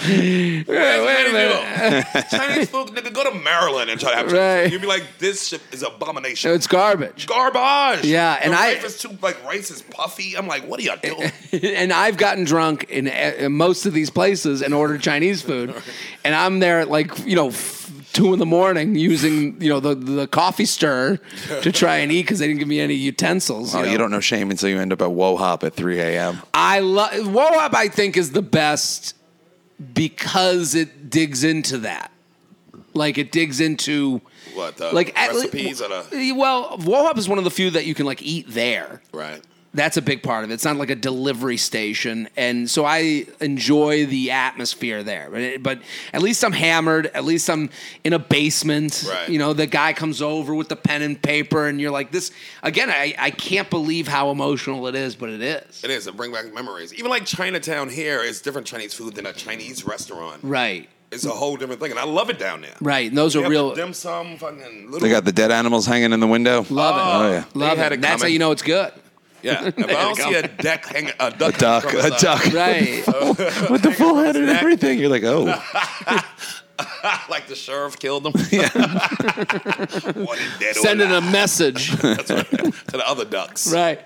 Speaker 2: wait a
Speaker 3: Chinese food, Chinese food, nigga, go to Maryland and try to have Chinese
Speaker 2: Right.
Speaker 3: food. You'd be like, this shit is abomination.
Speaker 2: It's garbage.
Speaker 3: garbage.
Speaker 2: Yeah, and
Speaker 3: the
Speaker 2: I-
Speaker 3: rice is too like rice is puffy. I'm like, what are y'all
Speaker 2: <laughs>
Speaker 3: doing?
Speaker 2: <laughs> and I've gotten drunk in, eh, in most of these places and ordered Chinese food, and I'm there at like you know. f- Two in the morning, using you know the the coffee stir to try and eat because they didn't give me any utensils.
Speaker 1: oh,
Speaker 2: know.
Speaker 1: you don't know shame until you end up at Wohop at 3 a.m.
Speaker 2: I love Woe Up. I think is the best because it digs into that. Like it digs into
Speaker 3: What the
Speaker 2: like at le-
Speaker 3: recipes or the
Speaker 2: well, Woe Up is one of the few that you can like eat there.
Speaker 3: right?
Speaker 2: That's a big part of it. It's not like a delivery station, and so I enjoy the atmosphere there. But, it- but at least I'm hammered. At least I'm in a basement.
Speaker 3: Right.
Speaker 2: You know, the guy comes over with the pen and paper, and you're like, "This again." I, I can't believe how emotional it is, but it is.
Speaker 3: It is. It bring back memories. Even like Chinatown here is different Chinese food than a Chinese restaurant.
Speaker 2: Right,
Speaker 3: It's a whole different thing, and I love it down there.
Speaker 2: right. And those
Speaker 3: They
Speaker 2: are
Speaker 3: have
Speaker 2: real.
Speaker 3: the dim sum, fucking little.
Speaker 1: They got the dead animals hanging in the window.
Speaker 2: Love
Speaker 1: Oh,
Speaker 2: it.
Speaker 1: yeah.
Speaker 2: Love
Speaker 3: They had
Speaker 2: it.
Speaker 3: it
Speaker 2: That's how
Speaker 3: coming.
Speaker 2: you know it's good. <laughs>
Speaker 3: Yeah. If I don't see a duck hanging, a duck,
Speaker 1: A duck,
Speaker 3: hanging
Speaker 1: a
Speaker 3: from the
Speaker 1: duck.
Speaker 2: Right.
Speaker 1: With the full head and everything. You're like, oh.
Speaker 2: <laughs>
Speaker 3: side, <laughs> like the sheriff killed him. <laughs>
Speaker 2: <laughs>
Speaker 3: One is dead or
Speaker 2: Sending a
Speaker 3: alive. <laughs>
Speaker 2: message.
Speaker 3: That's right. to the other ducks.
Speaker 2: right.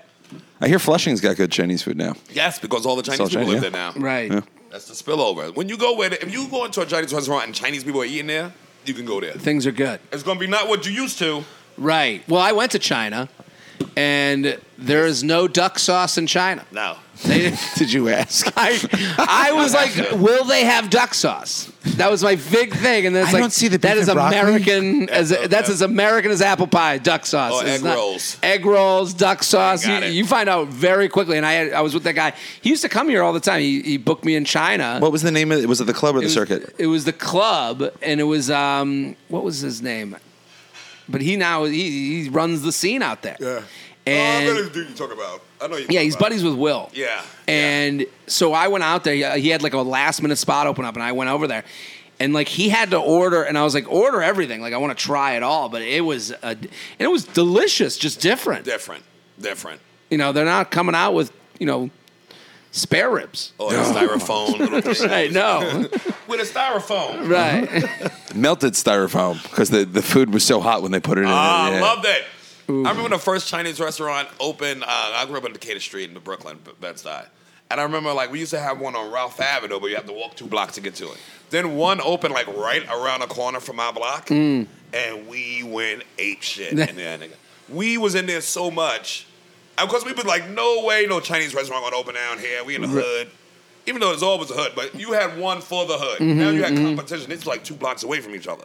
Speaker 1: I hear Flushing's got good Chinese food
Speaker 2: <laughs>
Speaker 1: now.
Speaker 3: Yes, because all the Chinese
Speaker 1: all
Speaker 3: people
Speaker 1: Chinese,
Speaker 3: live
Speaker 1: yeah.
Speaker 3: there now.
Speaker 2: Right.
Speaker 3: That's the spillover. When you go with it, if you go into a Chinese restaurant and Chinese people are eating there, you can go there.
Speaker 2: Things are good.
Speaker 3: It's gonna be not what you used to.
Speaker 2: Right. Well, I went to China, and there is no duck sauce in China.
Speaker 3: No.
Speaker 2: They,
Speaker 1: Did you ask?
Speaker 2: <laughs> I, I was like, will they have duck sauce? That was my big thing, and then it's
Speaker 1: I
Speaker 2: like
Speaker 1: don't see the
Speaker 2: that
Speaker 1: beef
Speaker 2: is
Speaker 1: and broccoli.
Speaker 2: American as
Speaker 3: Yeah,
Speaker 2: that's
Speaker 3: yeah.
Speaker 2: as American as apple pie. Duck sauce,
Speaker 3: Oh,
Speaker 2: It's
Speaker 3: egg rolls.
Speaker 2: egg rolls, duck sauce. You,
Speaker 3: got it.
Speaker 2: you find out very quickly. And I had, I was with that guy. He used to come here all the time. He, he booked me in China.
Speaker 1: What was the name of it? Was it the club or the
Speaker 2: It was-
Speaker 1: circuit?
Speaker 2: It was the club, and it was um, what was his name? But he now he, he runs the scene out there.
Speaker 3: Yeah.
Speaker 2: And
Speaker 3: oh, I know the dude you talk about. I know you.
Speaker 2: yeah,
Speaker 3: talk
Speaker 2: he's
Speaker 3: about.
Speaker 2: buddies with Will.
Speaker 3: Yeah,
Speaker 2: And so I went out there. He- He had like a last minute spot open up, and I went over there. And like he had to order, and I was like, order everything. Like I want to try it all, but it was a, and it was delicious, just different.
Speaker 3: Different. Different.
Speaker 2: You know, they're not coming out with you know spare ribs.
Speaker 3: Oh, the styrofoam. Little thing.
Speaker 2: <laughs> Right? No. <laughs>
Speaker 3: With a styrofoam.
Speaker 2: right. <laughs>
Speaker 1: Melted styrofoam because the, the food was so hot when they put it in.
Speaker 3: Ah,
Speaker 1: yeah.
Speaker 3: I love that. I remember the first Chinese restaurant opened. Uh, I grew up on Decatur Street in Brooklyn, Bed Stuy, and I remember like we used to have one on Ralph Avenue, but you have to walk two blocks to get to it. Then one opened like right around the corner from my block,
Speaker 1: Mm.
Speaker 3: and we went
Speaker 1: <laughs>
Speaker 3: ape shit. in there, nigga. We was in there so much, and of course we was like, no way, no Chinese restaurant gonna open down here. We in the hood. Even though it's always a hood, but you had one for the hood. now
Speaker 1: Mm-hmm,
Speaker 3: you had competition. It's like two blocks away from each other.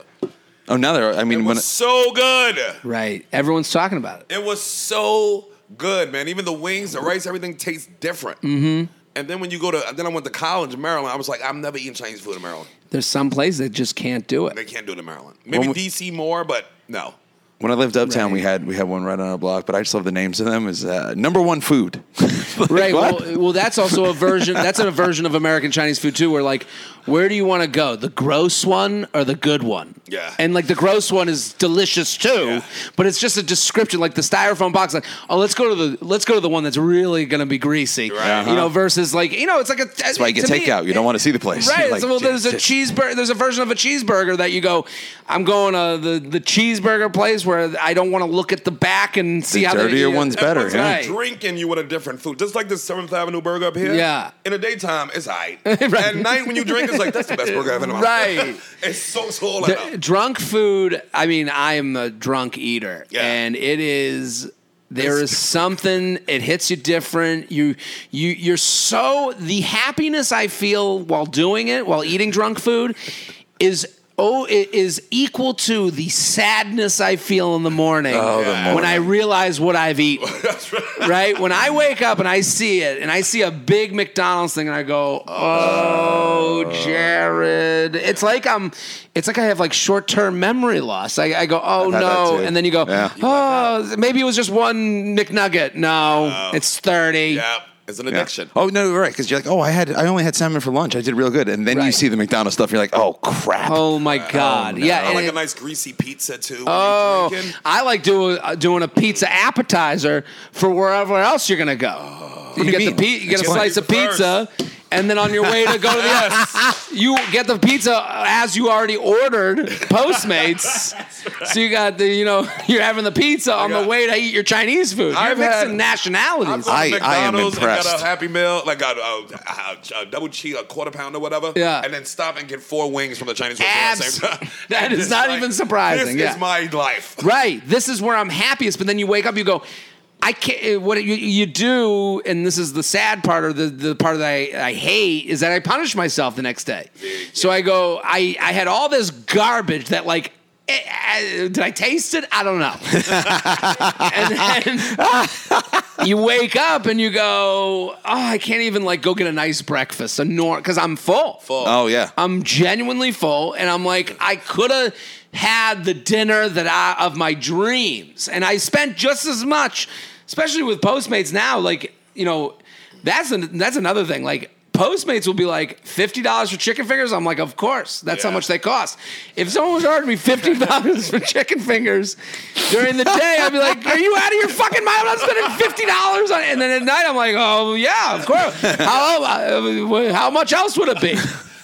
Speaker 1: Oh, now they're, I
Speaker 3: It
Speaker 1: mean, when,
Speaker 3: was so good.
Speaker 2: Right. Everyone's talking about it.
Speaker 3: It was so good, man. Even the wings, the rice, everything tastes different. Mm-hmm. And then when you go to, then I went to college in Maryland. I was like, I'm never eating Chinese food in Maryland.
Speaker 2: There's some places that just can't do
Speaker 3: They
Speaker 2: it.
Speaker 3: can't do it in Maryland. Maybe
Speaker 1: When we-
Speaker 3: DC more, but no.
Speaker 1: when I lived uptown,
Speaker 2: Right.
Speaker 1: we had we had one right on our block, but I just love the names of them. Is uh, number one food. <laughs>
Speaker 2: Right.
Speaker 1: what?
Speaker 2: Well, well, that's also a version. That's a version of American Chinese food too. Where like, where do you want to go? The gross one or the good one?
Speaker 3: Yeah.
Speaker 2: And like the gross one is delicious too,
Speaker 3: Yeah.
Speaker 2: but it's just a description. Like the styrofoam box. Like, oh, let's go to the let's go to the one that's really gonna be greasy.
Speaker 3: Right.
Speaker 2: You know, versus like you know, it's like a. uh, That's
Speaker 1: Uh-huh. why you get takeout. You don't wanna see the place.
Speaker 2: Right.
Speaker 1: <laughs> Like,
Speaker 2: so, well, there's a
Speaker 1: just-
Speaker 2: cheeseburger. There's a version of a cheeseburger that you go. I'm going to the the cheeseburger place where I don't want to look at the back and see how
Speaker 1: dirtier
Speaker 2: they,
Speaker 1: one's
Speaker 3: And
Speaker 1: better,
Speaker 3: once
Speaker 1: yeah.
Speaker 2: Right.
Speaker 3: you drink and you want a different food. Just like this Seventh Avenue burger up here.
Speaker 2: Yeah.
Speaker 3: In the daytime, it's high.
Speaker 2: <laughs>
Speaker 3: At night when you drink, it's like that's the best burger I've had in my
Speaker 2: Right.
Speaker 3: <laughs> it's so so
Speaker 2: D-
Speaker 3: up.
Speaker 2: drunk food. I mean, I am a drunk eater,
Speaker 3: Yeah.
Speaker 2: and it is. There is something it hits you different. You you you're so the happiness I feel while doing it, while eating drunk food, is oh it is equal to the sadness I feel in the morning,
Speaker 1: Oh,
Speaker 3: the
Speaker 2: when
Speaker 1: morning.
Speaker 2: I realize what I've eaten. right when I wake up and I see it, and I see a big McDonald's thing, and I go, "Oh, Jared!" It's like I'm, it's like I have like short term memory loss. I, I go, "Oh
Speaker 1: I've had that
Speaker 2: no,"
Speaker 1: too.
Speaker 2: and then you go,
Speaker 1: Yeah.
Speaker 2: "Oh, maybe it was just one McNugget." No, it's thirty.
Speaker 3: Yeah. It's an addiction.
Speaker 1: Oh no, right? Because you're like, oh, I had, I only had salmon for lunch. I did real good, and then you
Speaker 2: Right.
Speaker 1: see the McDonald's stuff. You're like, oh crap.
Speaker 2: Oh my god!
Speaker 1: no.
Speaker 2: Yeah,
Speaker 3: I
Speaker 2: and
Speaker 3: like
Speaker 2: it-
Speaker 3: a nice greasy pizza too.
Speaker 2: Oh,
Speaker 3: Oh, drinking.
Speaker 2: I like doing uh, doing a pizza appetizer for wherever else you're gonna
Speaker 3: Oh.
Speaker 2: go. You
Speaker 1: do
Speaker 2: get
Speaker 1: you
Speaker 2: the
Speaker 1: mean?
Speaker 2: pi- you get a
Speaker 1: Explain.
Speaker 2: slice of pizza, and then on your way to go to
Speaker 3: <laughs>
Speaker 2: the you get the pizza as you already ordered
Speaker 3: <laughs>
Speaker 2: Postmates. So you got the you know <laughs> you're having the pizza on
Speaker 3: got-
Speaker 2: the way to eat your Chinese food. You're
Speaker 3: I've
Speaker 2: mixing
Speaker 3: had-
Speaker 2: nationalities.
Speaker 1: I- I am
Speaker 3: McDonald's
Speaker 1: impressed.
Speaker 3: And got a Happy Meal, like got a, a, a double cheese, a quarter pound or whatever.
Speaker 2: Yeah.
Speaker 3: And then stop and get four wings from the Chinese restaurant at the same
Speaker 2: Abs-
Speaker 3: time.
Speaker 2: <laughs> That
Speaker 3: And
Speaker 2: is
Speaker 3: it's
Speaker 2: not even surprising,
Speaker 3: This
Speaker 2: yeah.
Speaker 3: is my life. <laughs>
Speaker 2: Right. This is where I'm happiest. But then you wake up, you go, I can't. uh, What you, you do, and this is the sad part, or the, the part that I, I hate, is that I punish myself the next day. So I go, I, I had all this garbage that, like, eh, eh, did I taste it? I don't know. <laughs> and then, you wake up and you go, oh, I can't even like go get a nice breakfast, a nor because I'm full.
Speaker 3: Full.
Speaker 1: Oh yeah.
Speaker 2: I'm genuinely full, and I'm like, I could have had the dinner that I of my dreams, and I spent just as much, especially with Postmates now. Like, you know, that's an, that's another thing. Like. Postmates will be like fifty dollars for chicken fingers. I'm like, of course, that's how
Speaker 3: Yeah.
Speaker 2: much they cost. If someone was charging me fifty dollars for chicken fingers during the day, I'd be like, are you out of your fucking mind? I'm not spending fifty dollars on. it. And then at night, I'm like, oh yeah, of course. How uh, how much else would it be?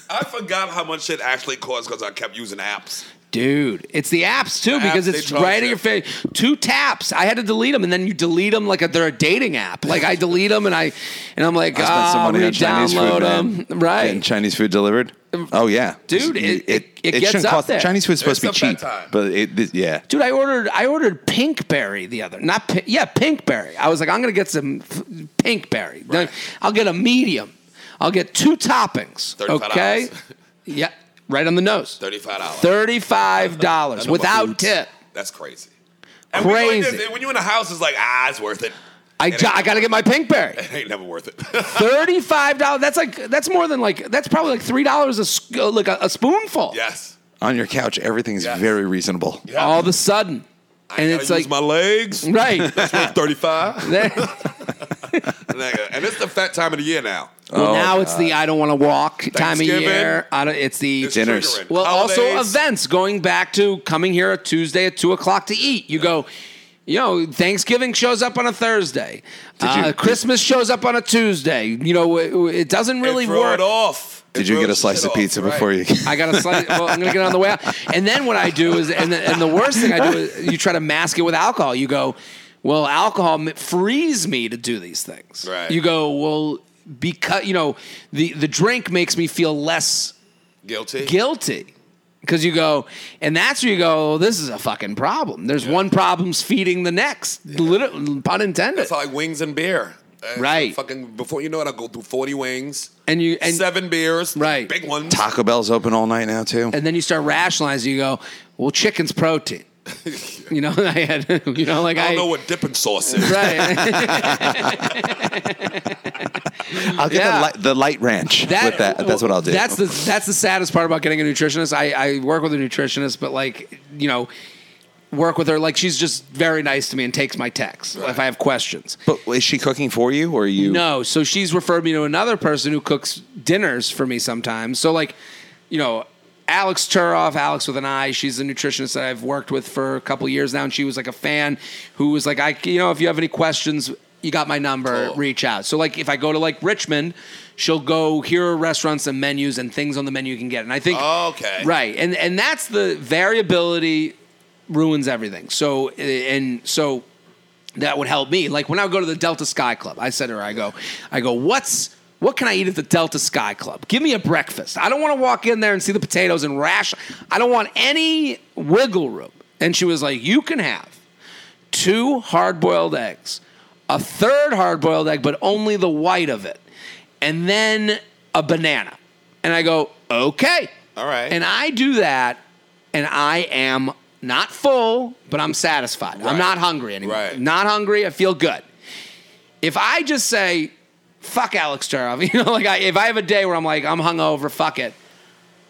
Speaker 3: I forgot how much shit actually costs because I kept using apps.
Speaker 2: Dude, it's the apps too because
Speaker 3: Apps,
Speaker 2: it's
Speaker 3: they charge
Speaker 2: right at
Speaker 3: you.
Speaker 2: your face. Two taps. I had to delete them, and then you delete them like a, they're a dating app. Like I delete them, and I and I'm like,
Speaker 1: spent some
Speaker 2: ah,
Speaker 1: money on Chinese
Speaker 2: re-download
Speaker 1: food,
Speaker 2: them,
Speaker 1: man. Getting
Speaker 2: right? Mm.
Speaker 1: Chinese food delivered. Oh yeah,
Speaker 2: Dude, it- it- it gets
Speaker 1: shouldn't
Speaker 2: up
Speaker 1: cost-
Speaker 2: there.
Speaker 1: Chinese food's supposed
Speaker 3: It's
Speaker 1: to be
Speaker 3: up
Speaker 1: cheap,
Speaker 3: that time.
Speaker 1: but it, it- yeah.
Speaker 2: Dude, I ordered I ordered pinkberry the other, not pi- yeah pinkberry. I was like, I'm gonna get some f- pinkberry. Then I'll get a medium. I'll get two toppings.
Speaker 3: $35.
Speaker 2: Okay, yeah, right on the nose.
Speaker 3: Thirty-five dollars.
Speaker 2: Thirty-five dollars without tip.
Speaker 3: That's crazy. And when you're like
Speaker 2: Crazy.
Speaker 3: this, when you're in the house, it's like ah, it's worth it.
Speaker 2: I,
Speaker 3: It
Speaker 2: jo- I gotta get my pinkberry.
Speaker 3: It ain't never worth it. <laughs>
Speaker 2: Thirty-five dollars. That's like that's more than like that's probably like three dollars a sc- uh, like a, a spoonful.
Speaker 3: yes.
Speaker 1: On your couch, everything's
Speaker 3: Yes.
Speaker 1: very reasonable.
Speaker 3: Yeah.
Speaker 2: All of a sudden,
Speaker 3: I
Speaker 2: and
Speaker 3: gotta
Speaker 2: it's
Speaker 3: use
Speaker 2: like
Speaker 3: my
Speaker 2: <laughs>
Speaker 3: legs. <laughs>
Speaker 2: right. <laughs>
Speaker 3: Thirty-five.
Speaker 2: There-
Speaker 3: Nigga, and it's the fat time of the year now.
Speaker 2: <laughs>
Speaker 3: <laughs>
Speaker 2: well, now it's the I don't want to walk time of
Speaker 3: Thanksgiving.
Speaker 2: year. I don't, it's the
Speaker 3: It's
Speaker 1: Dinners.
Speaker 3: triggering.
Speaker 2: well, also
Speaker 3: Holidays.
Speaker 2: events. Going back to coming here a Tuesday at two o'clock to eat. You go. You know, Thanksgiving shows up on a Thursday.
Speaker 1: you-
Speaker 2: Uh, Christmas shows up on a Tuesday. You know, it, it doesn't
Speaker 3: They
Speaker 2: really
Speaker 3: throw
Speaker 2: work.
Speaker 3: it off. They
Speaker 1: Did you
Speaker 3: throw
Speaker 1: get a
Speaker 3: the
Speaker 1: slice
Speaker 3: shit
Speaker 1: of
Speaker 3: off,
Speaker 1: pizza
Speaker 2: <laughs>
Speaker 3: right.
Speaker 1: before you?
Speaker 2: I got to slice. Well, I'm gonna get it on the way out. And then what I do is, and the, and the worst thing I do is, you try to mask it with alcohol. You go, well, alcohol m- frees me to do these things.
Speaker 3: Right.
Speaker 2: You go, well, because you know the the drink makes me feel less
Speaker 3: Guilty.
Speaker 2: guilty. Because you go, and that's where you go, "Oh, this is a fucking problem. There's one problem's feeding the next, literally, pun intended.
Speaker 3: It's like wings and beer. Uh,
Speaker 2: Right.
Speaker 3: Fucking before you know it, I go through forty wings
Speaker 2: And you- and-
Speaker 3: seven beers.
Speaker 2: Right.
Speaker 3: Big ones.
Speaker 1: Taco Bell's open all night now too.
Speaker 2: and then you start rationalizing. You go, well, chicken's
Speaker 3: <laughs>
Speaker 2: protein. You know, <laughs> I had, you know, like I,
Speaker 3: I don't know what dipping sauce
Speaker 2: <laughs>
Speaker 3: is. <laughs>
Speaker 2: right.
Speaker 1: I'll get
Speaker 2: yeah.
Speaker 1: the, light, the light ranch with that. that's what I'll do.
Speaker 2: That's the that's the saddest part about getting a nutritionist. I, I work with a nutritionist, but like you know, work with her like she's just very nice to me and takes my texts if I have questions.
Speaker 1: but is she cooking for you or you?
Speaker 2: No, so she's referred me to another person who cooks dinners for me sometimes. So like, you know, Alex Turoff, Alex with an I, she's a nutritionist that I've worked with for a couple years now, and she was like a fan who was like, I, you know, if you have any questions, you got my number,
Speaker 3: Cool.
Speaker 2: reach out. So like, if I go to like Richmond, she'll go here are restaurants and menus and things on the menu you can get, and I think
Speaker 3: Okay.
Speaker 2: right, and and that's the variability ruins everything. So and so that would help me. Like when I would go to the Delta Sky Club, I said to her, I go, I go, what's what can I eat at the Delta Sky Club? Give me a breakfast. I don't want to walk in there and see the potatoes and rash. I don't want any wiggle room. And she was like, you can have two hard boiled eggs, a third hard boiled egg, but only the white of it, and then a banana. And I go, okay.
Speaker 3: All right.
Speaker 2: And I do that, and I am not full, but I'm satisfied. I'm
Speaker 3: Right.
Speaker 2: not hungry anymore.
Speaker 3: Right.
Speaker 2: Not hungry. I feel good. If I just say, fuck Alex Turov, <laughs> you know, like I, if I have a day where I'm like, I'm hungover, fuck it.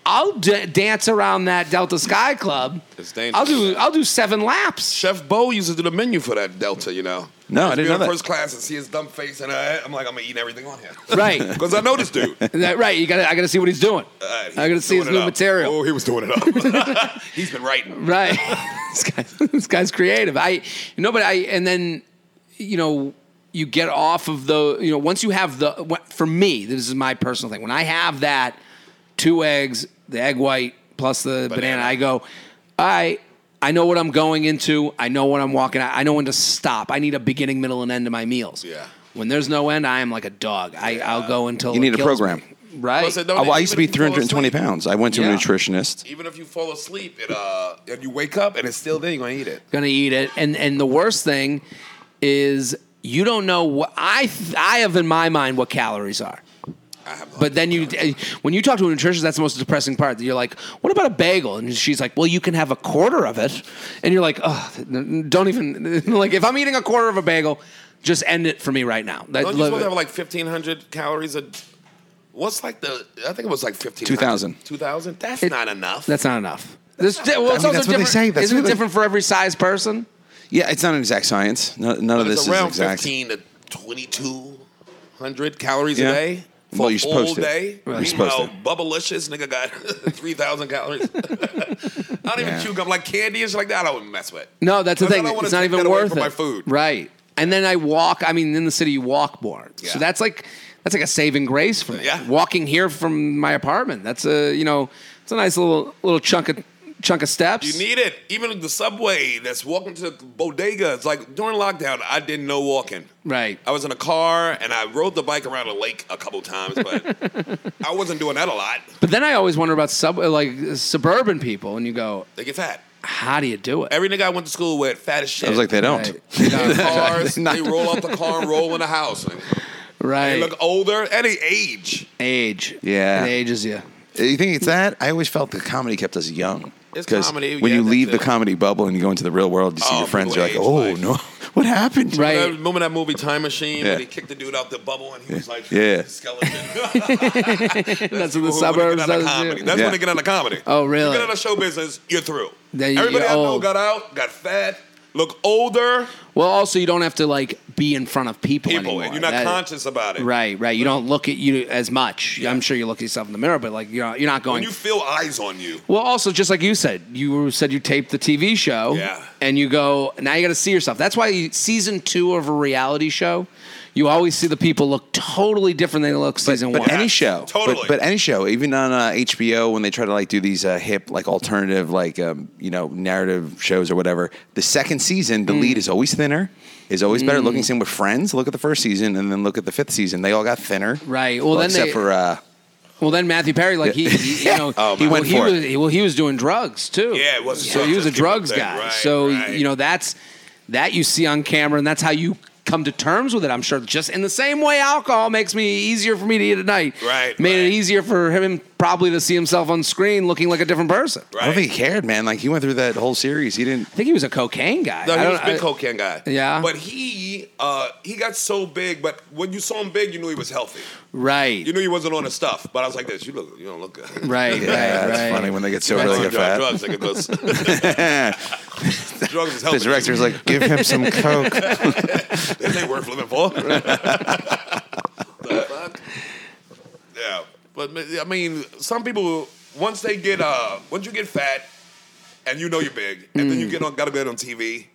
Speaker 2: I'll d- dance around that Delta Sky Club.
Speaker 3: It's dangerous.
Speaker 2: I'll do I'll do seven
Speaker 3: <laughs>
Speaker 2: laps.
Speaker 3: Chef Bo used to do the menu for that Delta, you know.
Speaker 1: No, I didn't
Speaker 3: Just be
Speaker 1: know
Speaker 3: on
Speaker 1: that.
Speaker 3: First class and see his dumb face, and uh, I'm like, I'm gonna eat everything on here
Speaker 2: Right.
Speaker 3: because I know this
Speaker 1: <laughs>
Speaker 3: dude. Uh,
Speaker 2: That- right, you got. to I got to see what he's doing.
Speaker 3: he
Speaker 2: I got to
Speaker 3: was
Speaker 2: see his
Speaker 3: Uh, doing it
Speaker 2: new
Speaker 3: up.
Speaker 2: material.
Speaker 3: Oh, he was doing it
Speaker 1: <laughs>
Speaker 3: up. <laughs> He's been writing.
Speaker 2: Right, <laughs> this, guy, this guy's creative. I no, but I and then you know you get off of the you know once you have the what- for me this is my personal thing when I have that two eggs the egg white plus the banana,
Speaker 3: Banana.
Speaker 2: I go I I know what I'm going into I know what I'm walking out I know when to stop I need a beginning middle and end to my meals
Speaker 3: Yeah.
Speaker 2: when there's no end I am like a dog I I'll go until
Speaker 1: You
Speaker 2: it
Speaker 1: need a
Speaker 2: kills
Speaker 1: program.
Speaker 2: me. right
Speaker 3: Plus, it don't-
Speaker 1: Oh, well, I used to be
Speaker 3: Even if you fall
Speaker 1: 320
Speaker 3: asleep.
Speaker 1: pounds. I went to
Speaker 2: Yeah.
Speaker 1: a nutritionist.
Speaker 3: Even if you fall asleep it, uh, and you wake up and it's still there, you're gonna eat it.
Speaker 2: gonna eat it and and the worst thing is you don't know what i i have in my mind what calories are
Speaker 3: have no
Speaker 2: But then you, when you talk to a nutritionist, that's the most depressing part. That You're like, "What about a bagel?" And she's like, "Well, you can have a quarter of it." And you're like, "Oh, don't even <laughs> like if I'm eating a quarter of a bagel, just end it for me right now." That-
Speaker 3: Don't you supposed to have like fifteen hundred calories a? What's like the? I think it was like fifteen.
Speaker 1: 2,000.
Speaker 3: Two thousand. That's
Speaker 2: It-
Speaker 3: not enough.
Speaker 2: that's not enough. This, well, it's
Speaker 1: I mean,
Speaker 2: also
Speaker 1: that's what they
Speaker 2: different.
Speaker 1: say. That's
Speaker 2: isn't
Speaker 1: what
Speaker 2: it
Speaker 1: they-
Speaker 2: different for every size person?
Speaker 1: Yeah, it's not an exact science. No, none of
Speaker 3: It's
Speaker 1: this is
Speaker 3: around
Speaker 1: exact.
Speaker 3: fifteen to twenty-two hundred calories
Speaker 1: Yeah.
Speaker 3: a day. For
Speaker 1: Well, you're
Speaker 3: a
Speaker 1: supposed
Speaker 3: full
Speaker 1: to.
Speaker 3: day.
Speaker 1: You're supposed to.
Speaker 3: Bubblicious nigga got <laughs> three thousand calories. I don't even
Speaker 1: Yeah.
Speaker 3: chew gum like candy and shit like that. I don't mess with.
Speaker 2: No, that's the
Speaker 3: Because I
Speaker 2: thing.
Speaker 3: don't wanna
Speaker 2: It's not
Speaker 3: take
Speaker 2: even
Speaker 3: that away
Speaker 2: worth
Speaker 3: from
Speaker 2: it.
Speaker 3: my food.
Speaker 2: Right. And then I walk. I mean, in the city, you walk more.
Speaker 3: Yeah.
Speaker 2: So that's like that's like a saving grace for me.
Speaker 3: Yeah.
Speaker 2: Walking here from my apartment. That's a you know, it's a nice little little chunk of chunk of steps.
Speaker 3: You need it. Even the subway that's walking to bodegas. Like during lockdown, I did no walking.
Speaker 2: Right.
Speaker 3: I was in a car and I rode the bike around a lake a couple times, but I wasn't doing that a lot.
Speaker 2: But then I always wonder about sub like suburban people, and you go,
Speaker 3: They get fat.
Speaker 2: how do you do it?
Speaker 3: Every nigga I went to school with, fat as shit.
Speaker 1: I was like, they don't.
Speaker 2: Right. <laughs>
Speaker 3: They
Speaker 1: <laughs>
Speaker 3: got cars,
Speaker 1: Not-
Speaker 3: they roll off the car and roll in the house. They
Speaker 2: Right.
Speaker 3: look older and they age.
Speaker 2: age.
Speaker 1: Yeah.
Speaker 2: It ages you.
Speaker 1: You think it's that? I always felt that comedy kept us young.
Speaker 3: It's
Speaker 1: 'Cause
Speaker 3: comedy,
Speaker 1: When
Speaker 3: yeah,
Speaker 1: you
Speaker 3: that
Speaker 1: leave the
Speaker 3: too.
Speaker 1: comedy bubble and you go into the real world, you see
Speaker 3: Oh,
Speaker 1: your friends. You're
Speaker 3: people
Speaker 1: like,
Speaker 3: age
Speaker 1: oh no,
Speaker 3: like-
Speaker 1: <laughs> what happened?
Speaker 2: Right.
Speaker 3: Remember, remember that movie Time Machine
Speaker 1: Yeah.
Speaker 3: when he kicked the dude out the bubble and he was like,
Speaker 1: Yeah.
Speaker 2: <laughs>
Speaker 3: skeleton.
Speaker 2: That's what the
Speaker 3: Who wanna
Speaker 2: suburbs
Speaker 3: get out of
Speaker 2: does
Speaker 3: comedy.
Speaker 2: do.
Speaker 3: That's
Speaker 1: Yeah.
Speaker 3: when they get out of comedy.
Speaker 2: Oh, really?
Speaker 3: You get out of show business, you're through.
Speaker 2: Then you-
Speaker 3: Everybody
Speaker 2: you're
Speaker 3: I know
Speaker 2: old.
Speaker 3: got out, got fat, look older,
Speaker 2: Well, also you don't have to like be in front of people,
Speaker 3: people,
Speaker 2: anymore.
Speaker 3: and you're not
Speaker 2: That-
Speaker 3: conscious about it.
Speaker 2: Right, right. You don't look at you as much. I'm sure you look at yourself in the mirror, but like you're not, you're not
Speaker 3: When
Speaker 2: going.
Speaker 3: you feel eyes on you,
Speaker 2: well, also just like you said, you said you taped the TV show,
Speaker 3: Yeah.
Speaker 2: and you go now you got to see yourself. That's why you- season two of a reality show, you always see the people look totally different than they look season
Speaker 1: But
Speaker 2: one.
Speaker 1: any show,
Speaker 3: Totally.
Speaker 1: But, but any show, even on uh, HBO, when they try to like do these uh, hip, like alternative, like um, you know, narrative shows or whatever, the second season,
Speaker 3: Mm.
Speaker 1: the lead is always thinner, is always better looking. Same with Friends. Look at the first season, and then look at the fifth season. They all got thinner,
Speaker 2: Right. Well, then
Speaker 1: except
Speaker 2: they-
Speaker 1: for uh,
Speaker 2: well, then Matthew Perry, like he, he
Speaker 3: <laughs>
Speaker 2: you know,
Speaker 1: Oh, He man. went
Speaker 2: well, he
Speaker 1: for it.
Speaker 2: was, Well, he was doing drugs too.
Speaker 3: Yeah, it was
Speaker 2: So he was a
Speaker 3: drugs, people
Speaker 2: drugs
Speaker 3: think,
Speaker 2: guy.
Speaker 3: right,
Speaker 2: so
Speaker 3: right.
Speaker 2: you know that's that you see on camera, and that's how you come to terms with it. I'm sure, just in the same way alcohol makes me easier for me to eat at night.
Speaker 3: Right,
Speaker 2: Made it
Speaker 3: right.
Speaker 2: easier for him probably to see himself on screen looking like a different person.
Speaker 3: right?
Speaker 1: I don't think he cared, man. Like he went through that whole series. He didn't.
Speaker 2: I think he was a cocaine guy.
Speaker 3: No,
Speaker 2: I
Speaker 3: he
Speaker 2: don't-
Speaker 3: was a big
Speaker 2: I-
Speaker 3: cocaine guy.
Speaker 2: Yeah.
Speaker 3: But he uh, he got so big, but when you saw him big, you knew he was healthy.
Speaker 2: Right.
Speaker 3: You knew he wasn't on the stuff. But I was like this, you look you don't look good. <laughs>
Speaker 2: right.
Speaker 1: Yeah,
Speaker 2: right.
Speaker 1: it's
Speaker 2: right.
Speaker 1: funny when they get so
Speaker 3: Drugs,
Speaker 1: really
Speaker 3: on
Speaker 1: get
Speaker 3: drugs,
Speaker 1: fat.
Speaker 3: drugs, nigga,
Speaker 2: <laughs>
Speaker 3: those-
Speaker 1: <laughs>
Speaker 3: drugs is
Speaker 1: The
Speaker 3: healthy.
Speaker 1: director's
Speaker 3: <laughs>
Speaker 1: like, give him some <laughs> coke.
Speaker 3: This ain't worth living
Speaker 2: <laughs>
Speaker 3: for. the fuck? Yeah, but I mean, some people once they get uh, once you get fat, and you know you're big, and
Speaker 2: Mm.
Speaker 3: then you get on, gotta be on TV.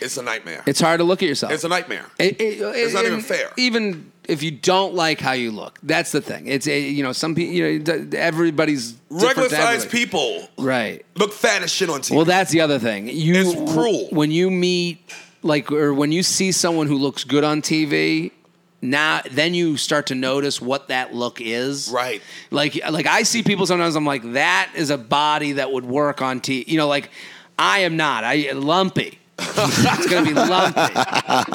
Speaker 3: It's a nightmare.
Speaker 2: It's hard to look at yourself.
Speaker 3: It's a nightmare.
Speaker 2: It- it-
Speaker 3: It's not even
Speaker 2: and
Speaker 3: fair.
Speaker 2: Even if you don't like how you look, that's the thing. It's eh, you know some people. You know d- everybody's different
Speaker 3: Regular
Speaker 2: to
Speaker 3: sized
Speaker 2: everybody.
Speaker 3: people
Speaker 2: Right.
Speaker 3: look fat as shit on TV.
Speaker 2: Well, that's the other thing. You
Speaker 3: It's cruel.
Speaker 2: when you meet like or when you see someone who looks good on TV. Now, then you start to notice what that look is.
Speaker 3: Right.
Speaker 2: Like, like I see people sometimes. I'm like, that is a body that would work on TV. You know, like I am not. I lumpy. it's gonna be
Speaker 3: <laughs>
Speaker 2: lumpy.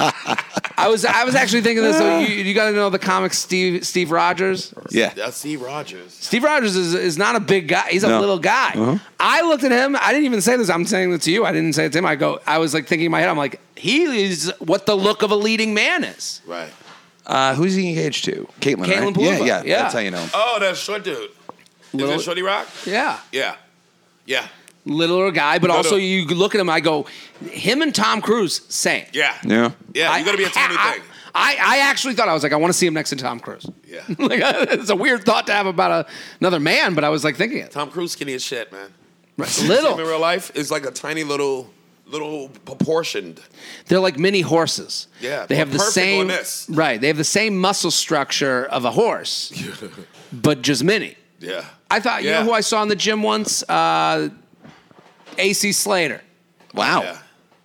Speaker 2: I was I was actually thinking this. So you, you got to know the comic Steve Steve Rogers.
Speaker 1: Yeah.
Speaker 3: That's Steve Rogers.
Speaker 2: Steve Rogers is, is not a big guy. He's a
Speaker 1: No.
Speaker 2: little guy. I looked at him. I didn't even say this. I'm saying this to you. I didn't say it to him. I go. I was like thinking in my head. I'm like, he is what the look of a leading man is.
Speaker 3: Right.
Speaker 1: Uh, who's he engaged to? Caitlin. right?
Speaker 2: Caitlin
Speaker 1: Yeah,
Speaker 2: Palumbo.
Speaker 1: yeah,
Speaker 2: Yeah.
Speaker 1: That's how you know. him.
Speaker 3: Oh, that's short dude.
Speaker 2: Little-
Speaker 3: Is it Shorty Rock?
Speaker 2: Yeah,
Speaker 3: Yeah. Yeah.
Speaker 2: littler guy. But also,
Speaker 3: Little.
Speaker 2: you look at him. I go, him and Tom Cruise same.
Speaker 3: Yeah.
Speaker 1: Yeah.
Speaker 3: Yeah.
Speaker 2: I-
Speaker 3: You gotta be a tiny
Speaker 2: I,
Speaker 3: thing.
Speaker 2: I, I actually thought I was like, I want to see him next to Tom Cruise.
Speaker 3: Yeah.
Speaker 2: <laughs> like it's a weird thought to have about a, another man, but I was like thinking it.
Speaker 3: Tom Cruise skinny as shit, man. <laughs> Him in
Speaker 2: Little,
Speaker 3: real life is like a tiny little, little proportioned.
Speaker 2: they're like mini horses.
Speaker 3: Yeah,
Speaker 2: they have the
Speaker 3: perfect
Speaker 2: same
Speaker 3: on this.
Speaker 2: right. They have the same muscle structure of a
Speaker 3: <laughs>
Speaker 2: horse, but just mini.
Speaker 3: Yeah.
Speaker 2: I thought you
Speaker 3: Yeah.
Speaker 2: know who I saw in the gym once, uh, AC Slater. Wow,
Speaker 3: Yeah.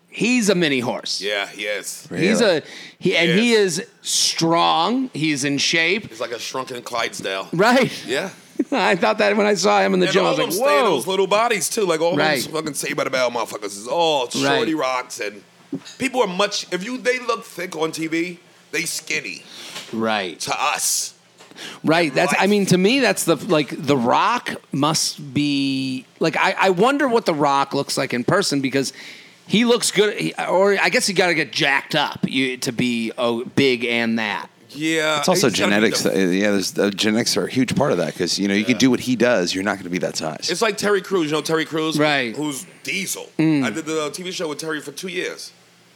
Speaker 2: he's a mini horse.
Speaker 3: Yeah. He is.
Speaker 2: He's
Speaker 1: Really?
Speaker 2: a he, and
Speaker 3: Yeah.
Speaker 2: he is strong. He's in shape,
Speaker 3: He's like a shrunken Clydesdale.
Speaker 2: right? <laughs>
Speaker 3: Yeah.
Speaker 2: I thought that when I saw him in the
Speaker 3: And
Speaker 2: gym, I
Speaker 3: all
Speaker 2: was
Speaker 3: them
Speaker 2: like,
Speaker 3: stay in
Speaker 2: "Whoa!"
Speaker 3: those little bodies too. Like all
Speaker 2: Right.
Speaker 3: those fucking say by the bell motherfuckers is all shorty
Speaker 2: Right.
Speaker 3: rocks and people are much. If you they look thick on TV, they skinny
Speaker 2: Right.
Speaker 3: to us.
Speaker 2: Right. That's. I
Speaker 3: Right.
Speaker 2: mean, to me, that's the like the Rock must be like. I, I wonder what the Rock looks like in person because he looks good, he, or I guess you got to get jacked up you, to be oh, big and that.
Speaker 3: Yeah,
Speaker 1: It's also
Speaker 3: he's gotta be
Speaker 1: genetics.
Speaker 3: the-
Speaker 1: uh, yeah, there's, uh, genetics are a huge part of that because you know you can do what he does. You're not going to be that size.
Speaker 3: It's like Terry Crews. You know Terry Crews,
Speaker 2: Right. Mm.
Speaker 3: Who's Diesel? I did the TV show with Terry for two years.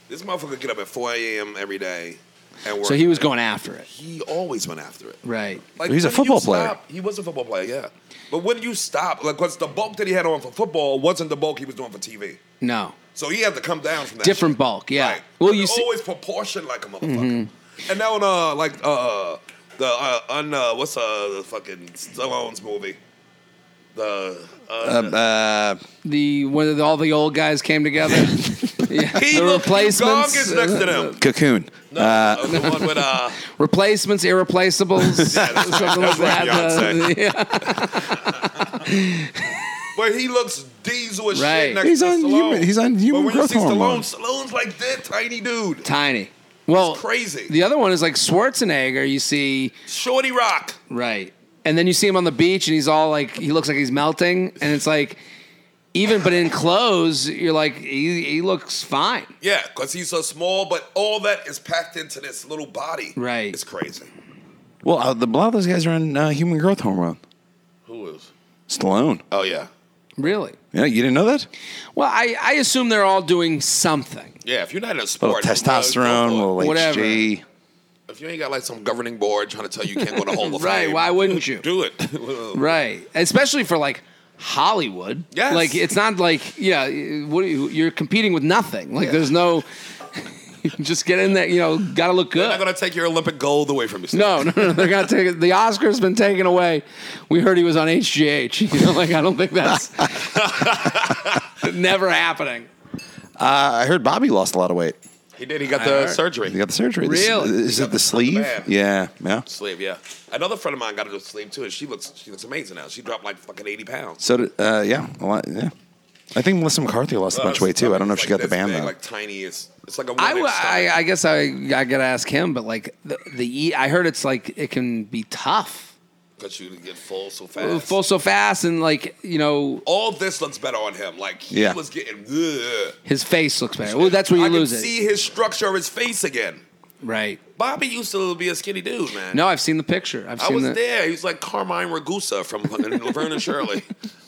Speaker 3: This motherfucker get up at 4 a.m. every day and work.
Speaker 2: So he was going after it.
Speaker 3: He always went after it.
Speaker 2: Right.
Speaker 3: Like,
Speaker 1: He's a
Speaker 3: when do you
Speaker 1: football player.
Speaker 3: stop? He was a football player, yeah. But when do you stop? Like, because the bulk that he had on for football wasn't the bulk he was doing for TV.
Speaker 2: No.
Speaker 3: So he had to come down from that.
Speaker 2: Different
Speaker 3: shit.
Speaker 2: bulk, yeah.
Speaker 3: Right.
Speaker 2: Well,
Speaker 3: Well,
Speaker 2: you
Speaker 3: you
Speaker 2: see- Mm-hmm.
Speaker 3: always proportioned like a motherfucker. And now, in, uh, like uh, the uh, un, uh, what's uh, the fucking Stallone's movie? The uh,
Speaker 1: Um, uh,
Speaker 2: The when the, all the old guys came together.
Speaker 3: <laughs>
Speaker 2: yeah.
Speaker 3: He
Speaker 2: The
Speaker 3: looked-
Speaker 2: replacements. Uh,
Speaker 3: Gong is next to them.
Speaker 1: cocoon.
Speaker 3: No, the one with uh,
Speaker 2: replacements, irreplaceables,
Speaker 3: <laughs> Yeah, that's-
Speaker 2: something like
Speaker 3: that's right,
Speaker 2: that. Uh,
Speaker 3: Beyonce.
Speaker 2: <laughs> yeah.
Speaker 3: where he looks diesel as
Speaker 2: Right.
Speaker 3: shit. Next
Speaker 1: He's
Speaker 3: to
Speaker 1: on
Speaker 3: Stallone.
Speaker 1: human- he's on human
Speaker 3: But when
Speaker 1: growth
Speaker 3: you see
Speaker 1: hormone.
Speaker 3: Stallone, Stallone's like that tiny dude.
Speaker 2: Tiny. Well,
Speaker 3: It's crazy.
Speaker 2: The other one is like Schwarzenegger. You see,
Speaker 3: Shorty Rock.
Speaker 2: right, and then you see him on the beach, and he's all like, he looks like he's melting, and it's like, even but in clothes, you're like, he, he looks fine.
Speaker 3: Yeah, because he's so small, but all that is packed into this little body.
Speaker 2: Right.
Speaker 3: It's crazy.
Speaker 1: Well, uh, the a lot of those guys are on uh, human growth hormone.
Speaker 3: Who is?
Speaker 1: Stallone.
Speaker 3: Oh, yeah.
Speaker 2: Really?
Speaker 1: Yeah, you didn't know that?
Speaker 2: Well, I, I assume they're all doing something.
Speaker 3: Yeah, if you're not in a
Speaker 1: A little
Speaker 3: sport,
Speaker 1: testosterone, a
Speaker 3: go
Speaker 1: little
Speaker 3: for it.
Speaker 2: Whatever.
Speaker 1: HG.
Speaker 3: if you ain't got like some governing board trying to tell you you can't go to
Speaker 2: <laughs>
Speaker 3: Hall of
Speaker 2: Right,
Speaker 3: Fame,
Speaker 2: why wouldn't you?
Speaker 3: do it? <laughs>
Speaker 2: Right, especially for like Hollywood.
Speaker 3: Yes.
Speaker 2: Like it's not like yeah, what are you, you're competing with nothing. Like there's no, <laughs> just get in there. You know, gotta look good.
Speaker 3: They're not gonna take your Olympic gold away from you. Steve.
Speaker 2: No, no, no. They're gonna take it. The Oscar's been taken away. We heard he was on HGH. <laughs> You know, like I don't think
Speaker 3: <laughs>
Speaker 2: that's never happening.
Speaker 1: I heard Bobby lost a lot of weight.
Speaker 3: he did. He got
Speaker 2: I
Speaker 3: the
Speaker 2: heard.
Speaker 1: He
Speaker 3: surgery.
Speaker 1: got the surgery. This-
Speaker 2: Really?
Speaker 1: is it the sleeve?
Speaker 3: bad.
Speaker 1: Yeah, yeah.
Speaker 3: Sleeve, yeah. Another friend of mine got a sleeve too, and she looks she looks amazing now. She dropped like fucking eighty pounds.
Speaker 1: So, did- uh, yeah, a lot. Yeah. I think Melissa McCarthy lost a bunch of weight too. I don't know if she got the
Speaker 3: Like
Speaker 1: band
Speaker 3: this big,
Speaker 1: though.
Speaker 3: Like tiny, it's it's like a
Speaker 2: I, w-
Speaker 3: woman's stomach.
Speaker 2: I, uh, I guess I, I gotta ask him, but like the, the e, I heard it's like it can be tough,
Speaker 3: Because you get full so fast.
Speaker 2: full so fast, and like you know
Speaker 3: All this looks better on him. Like he
Speaker 1: Yeah.
Speaker 3: was getting. Ugh.
Speaker 2: his face looks better. Well, that's where you
Speaker 3: I
Speaker 2: lose
Speaker 3: can
Speaker 2: it,
Speaker 3: see his structure of his face again.
Speaker 2: right?
Speaker 3: Bobby used to be a skinny dude, man.
Speaker 2: No, I've seen the picture. I've
Speaker 3: I
Speaker 2: seen
Speaker 3: was
Speaker 2: the.
Speaker 3: there. He was like Carmine Ragusa from Laverne
Speaker 2: <laughs>
Speaker 3: and Shirley,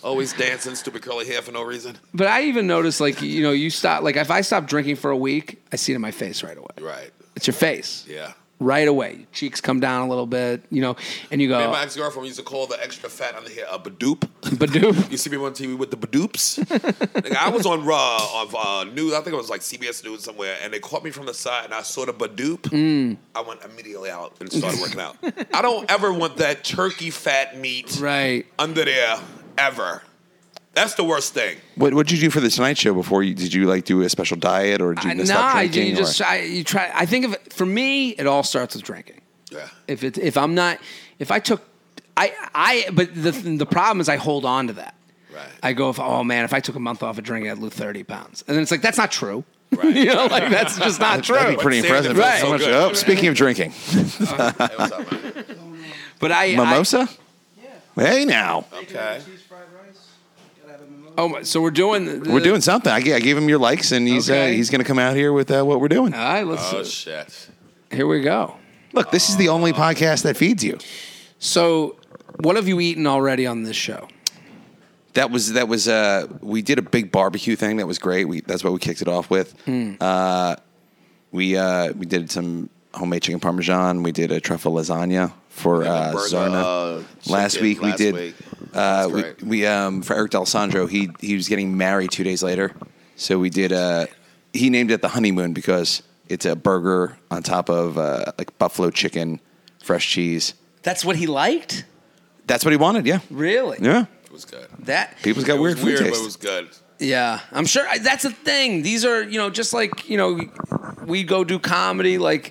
Speaker 3: always dancing, stupid curly hair for no reason.
Speaker 2: But I even noticed, like you know, you stop. Like if I stop drinking for a week, I see it in my face right away.
Speaker 3: Right.
Speaker 2: It's your face.
Speaker 3: Yeah.
Speaker 2: right away. Cheeks come down a little bit, you know, and you
Speaker 3: Me and
Speaker 2: go,
Speaker 3: my ex girlfriend used to call the extra fat under here a badoop.
Speaker 1: <laughs>
Speaker 2: Badoop.
Speaker 3: You see me on TV with the badoops. Like, I was on Raw of uh, news. I think it was like CBS News somewhere, and they caught me from the side, and I saw the badoop.
Speaker 1: Mm.
Speaker 3: I went immediately out and started working out. I don't ever want that turkey fat meat
Speaker 2: Right.
Speaker 3: under there ever. That's the worst thing.
Speaker 1: What What did you do for the Tonight Show before? You, did you like do a special diet or did you
Speaker 2: I,
Speaker 1: just
Speaker 2: Uh, nah,
Speaker 1: stop
Speaker 2: I- you
Speaker 1: drinking? or-
Speaker 2: just I, you try. I think if for me, it all starts with drinking.
Speaker 3: Yeah.
Speaker 2: If it's if I'm not if I took I I but the the problem is I hold on to that.
Speaker 3: Right.
Speaker 2: I go, if, oh man, if I took a month off of drinking, I'd lose thirty pounds, and then it's like that's not true. <laughs>
Speaker 3: Right.
Speaker 2: you know, like that's just not true.
Speaker 1: That'd be pretty
Speaker 3: But
Speaker 1: impressive.
Speaker 2: Sandy felt
Speaker 1: So
Speaker 3: so
Speaker 1: much-
Speaker 3: good.
Speaker 1: oh, speaking of drinking,
Speaker 3: Hey, what's up, <laughs> man?
Speaker 2: but I I-
Speaker 1: mimosa. Hey now,
Speaker 3: Okay.
Speaker 4: Cheese fried rice. Gotta have a mimosa.
Speaker 2: oh, my- so we're doing the-
Speaker 1: we're doing something. I, g- I gave him your likes, and he's uh,
Speaker 2: Uh, Okay.
Speaker 1: he's going to come out here with uh, what we're doing.
Speaker 2: All right, let's
Speaker 3: Oh shit.
Speaker 2: here we go.
Speaker 1: Look, this is the only podcast that feeds you.
Speaker 2: So, what have you eaten already on this show?
Speaker 1: That was that was uh we did a big barbecue thing that was great. We that's what we kicked it off with. Uh, we uh we did some homemade chicken parmesan. We did a truffle lasagna for uh,
Speaker 3: burger,
Speaker 1: Zona.
Speaker 3: uh,
Speaker 1: last
Speaker 3: chicken
Speaker 1: week we
Speaker 3: last
Speaker 1: did
Speaker 3: week.
Speaker 1: uh
Speaker 3: That's
Speaker 1: we,
Speaker 3: great.
Speaker 1: we um for Eric D'Alessandro he he was getting married two days later, so we did uh he named it the honeymoon because it's a burger on top of uh, like buffalo chicken, fresh cheese.
Speaker 2: That's what he liked.
Speaker 1: That's what he wanted. Yeah,
Speaker 2: Really?
Speaker 1: yeah.
Speaker 3: It was good.
Speaker 2: That.
Speaker 1: People's got
Speaker 3: It
Speaker 1: weird
Speaker 3: was
Speaker 1: food
Speaker 3: weird,
Speaker 1: taste.
Speaker 3: but it was good.
Speaker 2: Yeah, I'm sure I, that's a thing. These are you know just like you know we go do comedy like.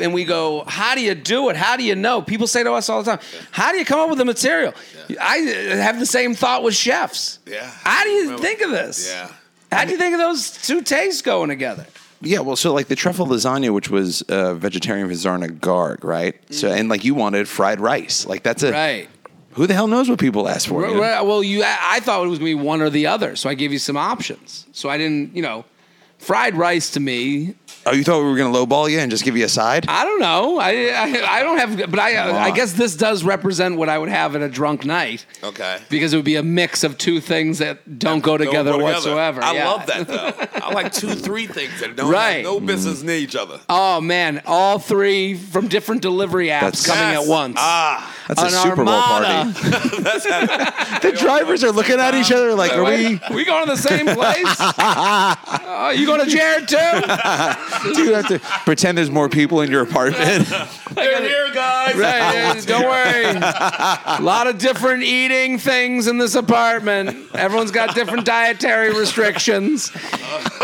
Speaker 2: And we go, how do you do it? How do you know? People say to us all the time, how do you come up with the material?
Speaker 3: Yeah.
Speaker 2: I uh, have the same thought with chefs.
Speaker 3: Yeah.
Speaker 2: How do you
Speaker 3: Remember-
Speaker 2: think of this?
Speaker 3: Yeah.
Speaker 2: How do you think of those two tastes going together?
Speaker 1: Yeah, well, so like the truffle lasagna, which was uh, vegetarian vizarna garg, right? So and like you wanted fried rice, like that's a
Speaker 2: Mm. Right.
Speaker 1: Who the hell knows what people ask for?
Speaker 2: Right,
Speaker 1: you know?
Speaker 2: right. Well, you, I I thought it was going to be one or the other, so I gave you some options. So I didn't, you know, fried rice to me.
Speaker 1: Oh, you thought we were gonna lowball you and just give you a side?
Speaker 2: I don't know. I, I, I don't have, but I,
Speaker 1: Come
Speaker 2: I
Speaker 1: on.
Speaker 2: guess this does represent what I would have at a drunk night.
Speaker 3: Okay.
Speaker 2: Because it would be a mix of two things that don't go
Speaker 3: Don't
Speaker 2: together
Speaker 3: go
Speaker 2: whatsoever.
Speaker 3: I
Speaker 2: Yeah.
Speaker 3: love that though. I like two, three things that don't
Speaker 2: Right.
Speaker 3: have no business near each other.
Speaker 2: Oh man, all three from different delivery
Speaker 1: That's-
Speaker 2: apps coming
Speaker 3: Yes.
Speaker 2: at once.
Speaker 3: Ah,
Speaker 1: That's a
Speaker 2: An
Speaker 1: Super Bowl
Speaker 2: armada.
Speaker 1: party.
Speaker 2: <laughs>
Speaker 1: the drivers are looking at each other like, "Are we,
Speaker 2: we going to the same
Speaker 3: <laughs>
Speaker 2: place? Oh, you going to Jared too? right,
Speaker 1: do you have to pretend there's more people in your
Speaker 2: <laughs>
Speaker 1: apartment?"
Speaker 3: they're here, guys. <laughs>
Speaker 2: yeah, don't worry. A lot of different eating things in this apartment. Everyone's got different dietary restrictions.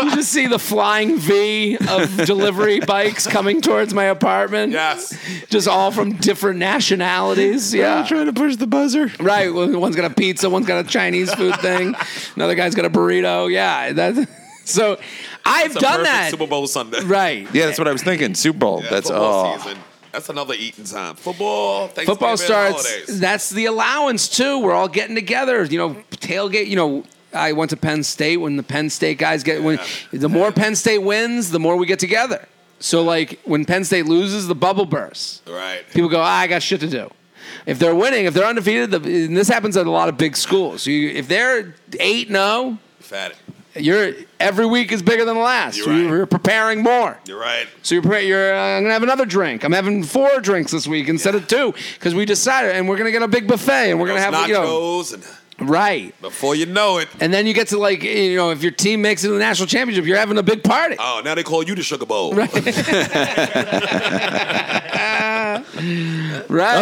Speaker 2: You just see the flying V of delivery bikes coming towards my apartment.
Speaker 3: Yes.
Speaker 2: Just all from different nationalities.
Speaker 1: I'm
Speaker 2: Yeah.
Speaker 1: trying to push the buzzer.
Speaker 2: Right. well, One's got a pizza. One's got a Chinese food thing. Another guy's got a burrito. Yeah. That. <laughs> So I've
Speaker 3: It's a
Speaker 2: done
Speaker 3: perfect
Speaker 2: that.
Speaker 3: Super Bowl Sunday.
Speaker 2: Right.
Speaker 1: Yeah, that's what I was thinking. Super Bowl.
Speaker 3: Yeah,
Speaker 1: that's
Speaker 3: football
Speaker 1: all.
Speaker 3: season. That's another eating time. Football. Thanksgiving,
Speaker 2: Football starts.
Speaker 3: Holidays.
Speaker 2: That's the allowance too. We're all getting together. You know, tailgate. You know. I went to Penn State when the Penn State guys get when the more Penn State wins, the more we get together. So like when Penn State loses, the bubble bursts.
Speaker 3: Right.
Speaker 2: People go, ah, I got shit to do. If they're winning, if they're undefeated, the, and this happens at a lot of big schools. You, if they're eight and zero,
Speaker 3: Fat.
Speaker 2: You're every week is bigger than the last.
Speaker 3: You're
Speaker 2: so
Speaker 3: right.
Speaker 2: you're preparing more.
Speaker 3: You're right.
Speaker 2: So you're, pre- you're uh, I'm gonna have another drink. I'm having four drinks this week instead of two because we decided, and we're gonna get a big buffet, and we're gonna
Speaker 3: Those
Speaker 2: have
Speaker 3: nachos,
Speaker 2: you know
Speaker 3: and
Speaker 2: right.
Speaker 3: before you know it,
Speaker 2: And then you get to like you know if your team makes it to the national championship, you're having a big party.
Speaker 3: oh, now they call you the sugar bowl.
Speaker 2: Right?
Speaker 1: Oh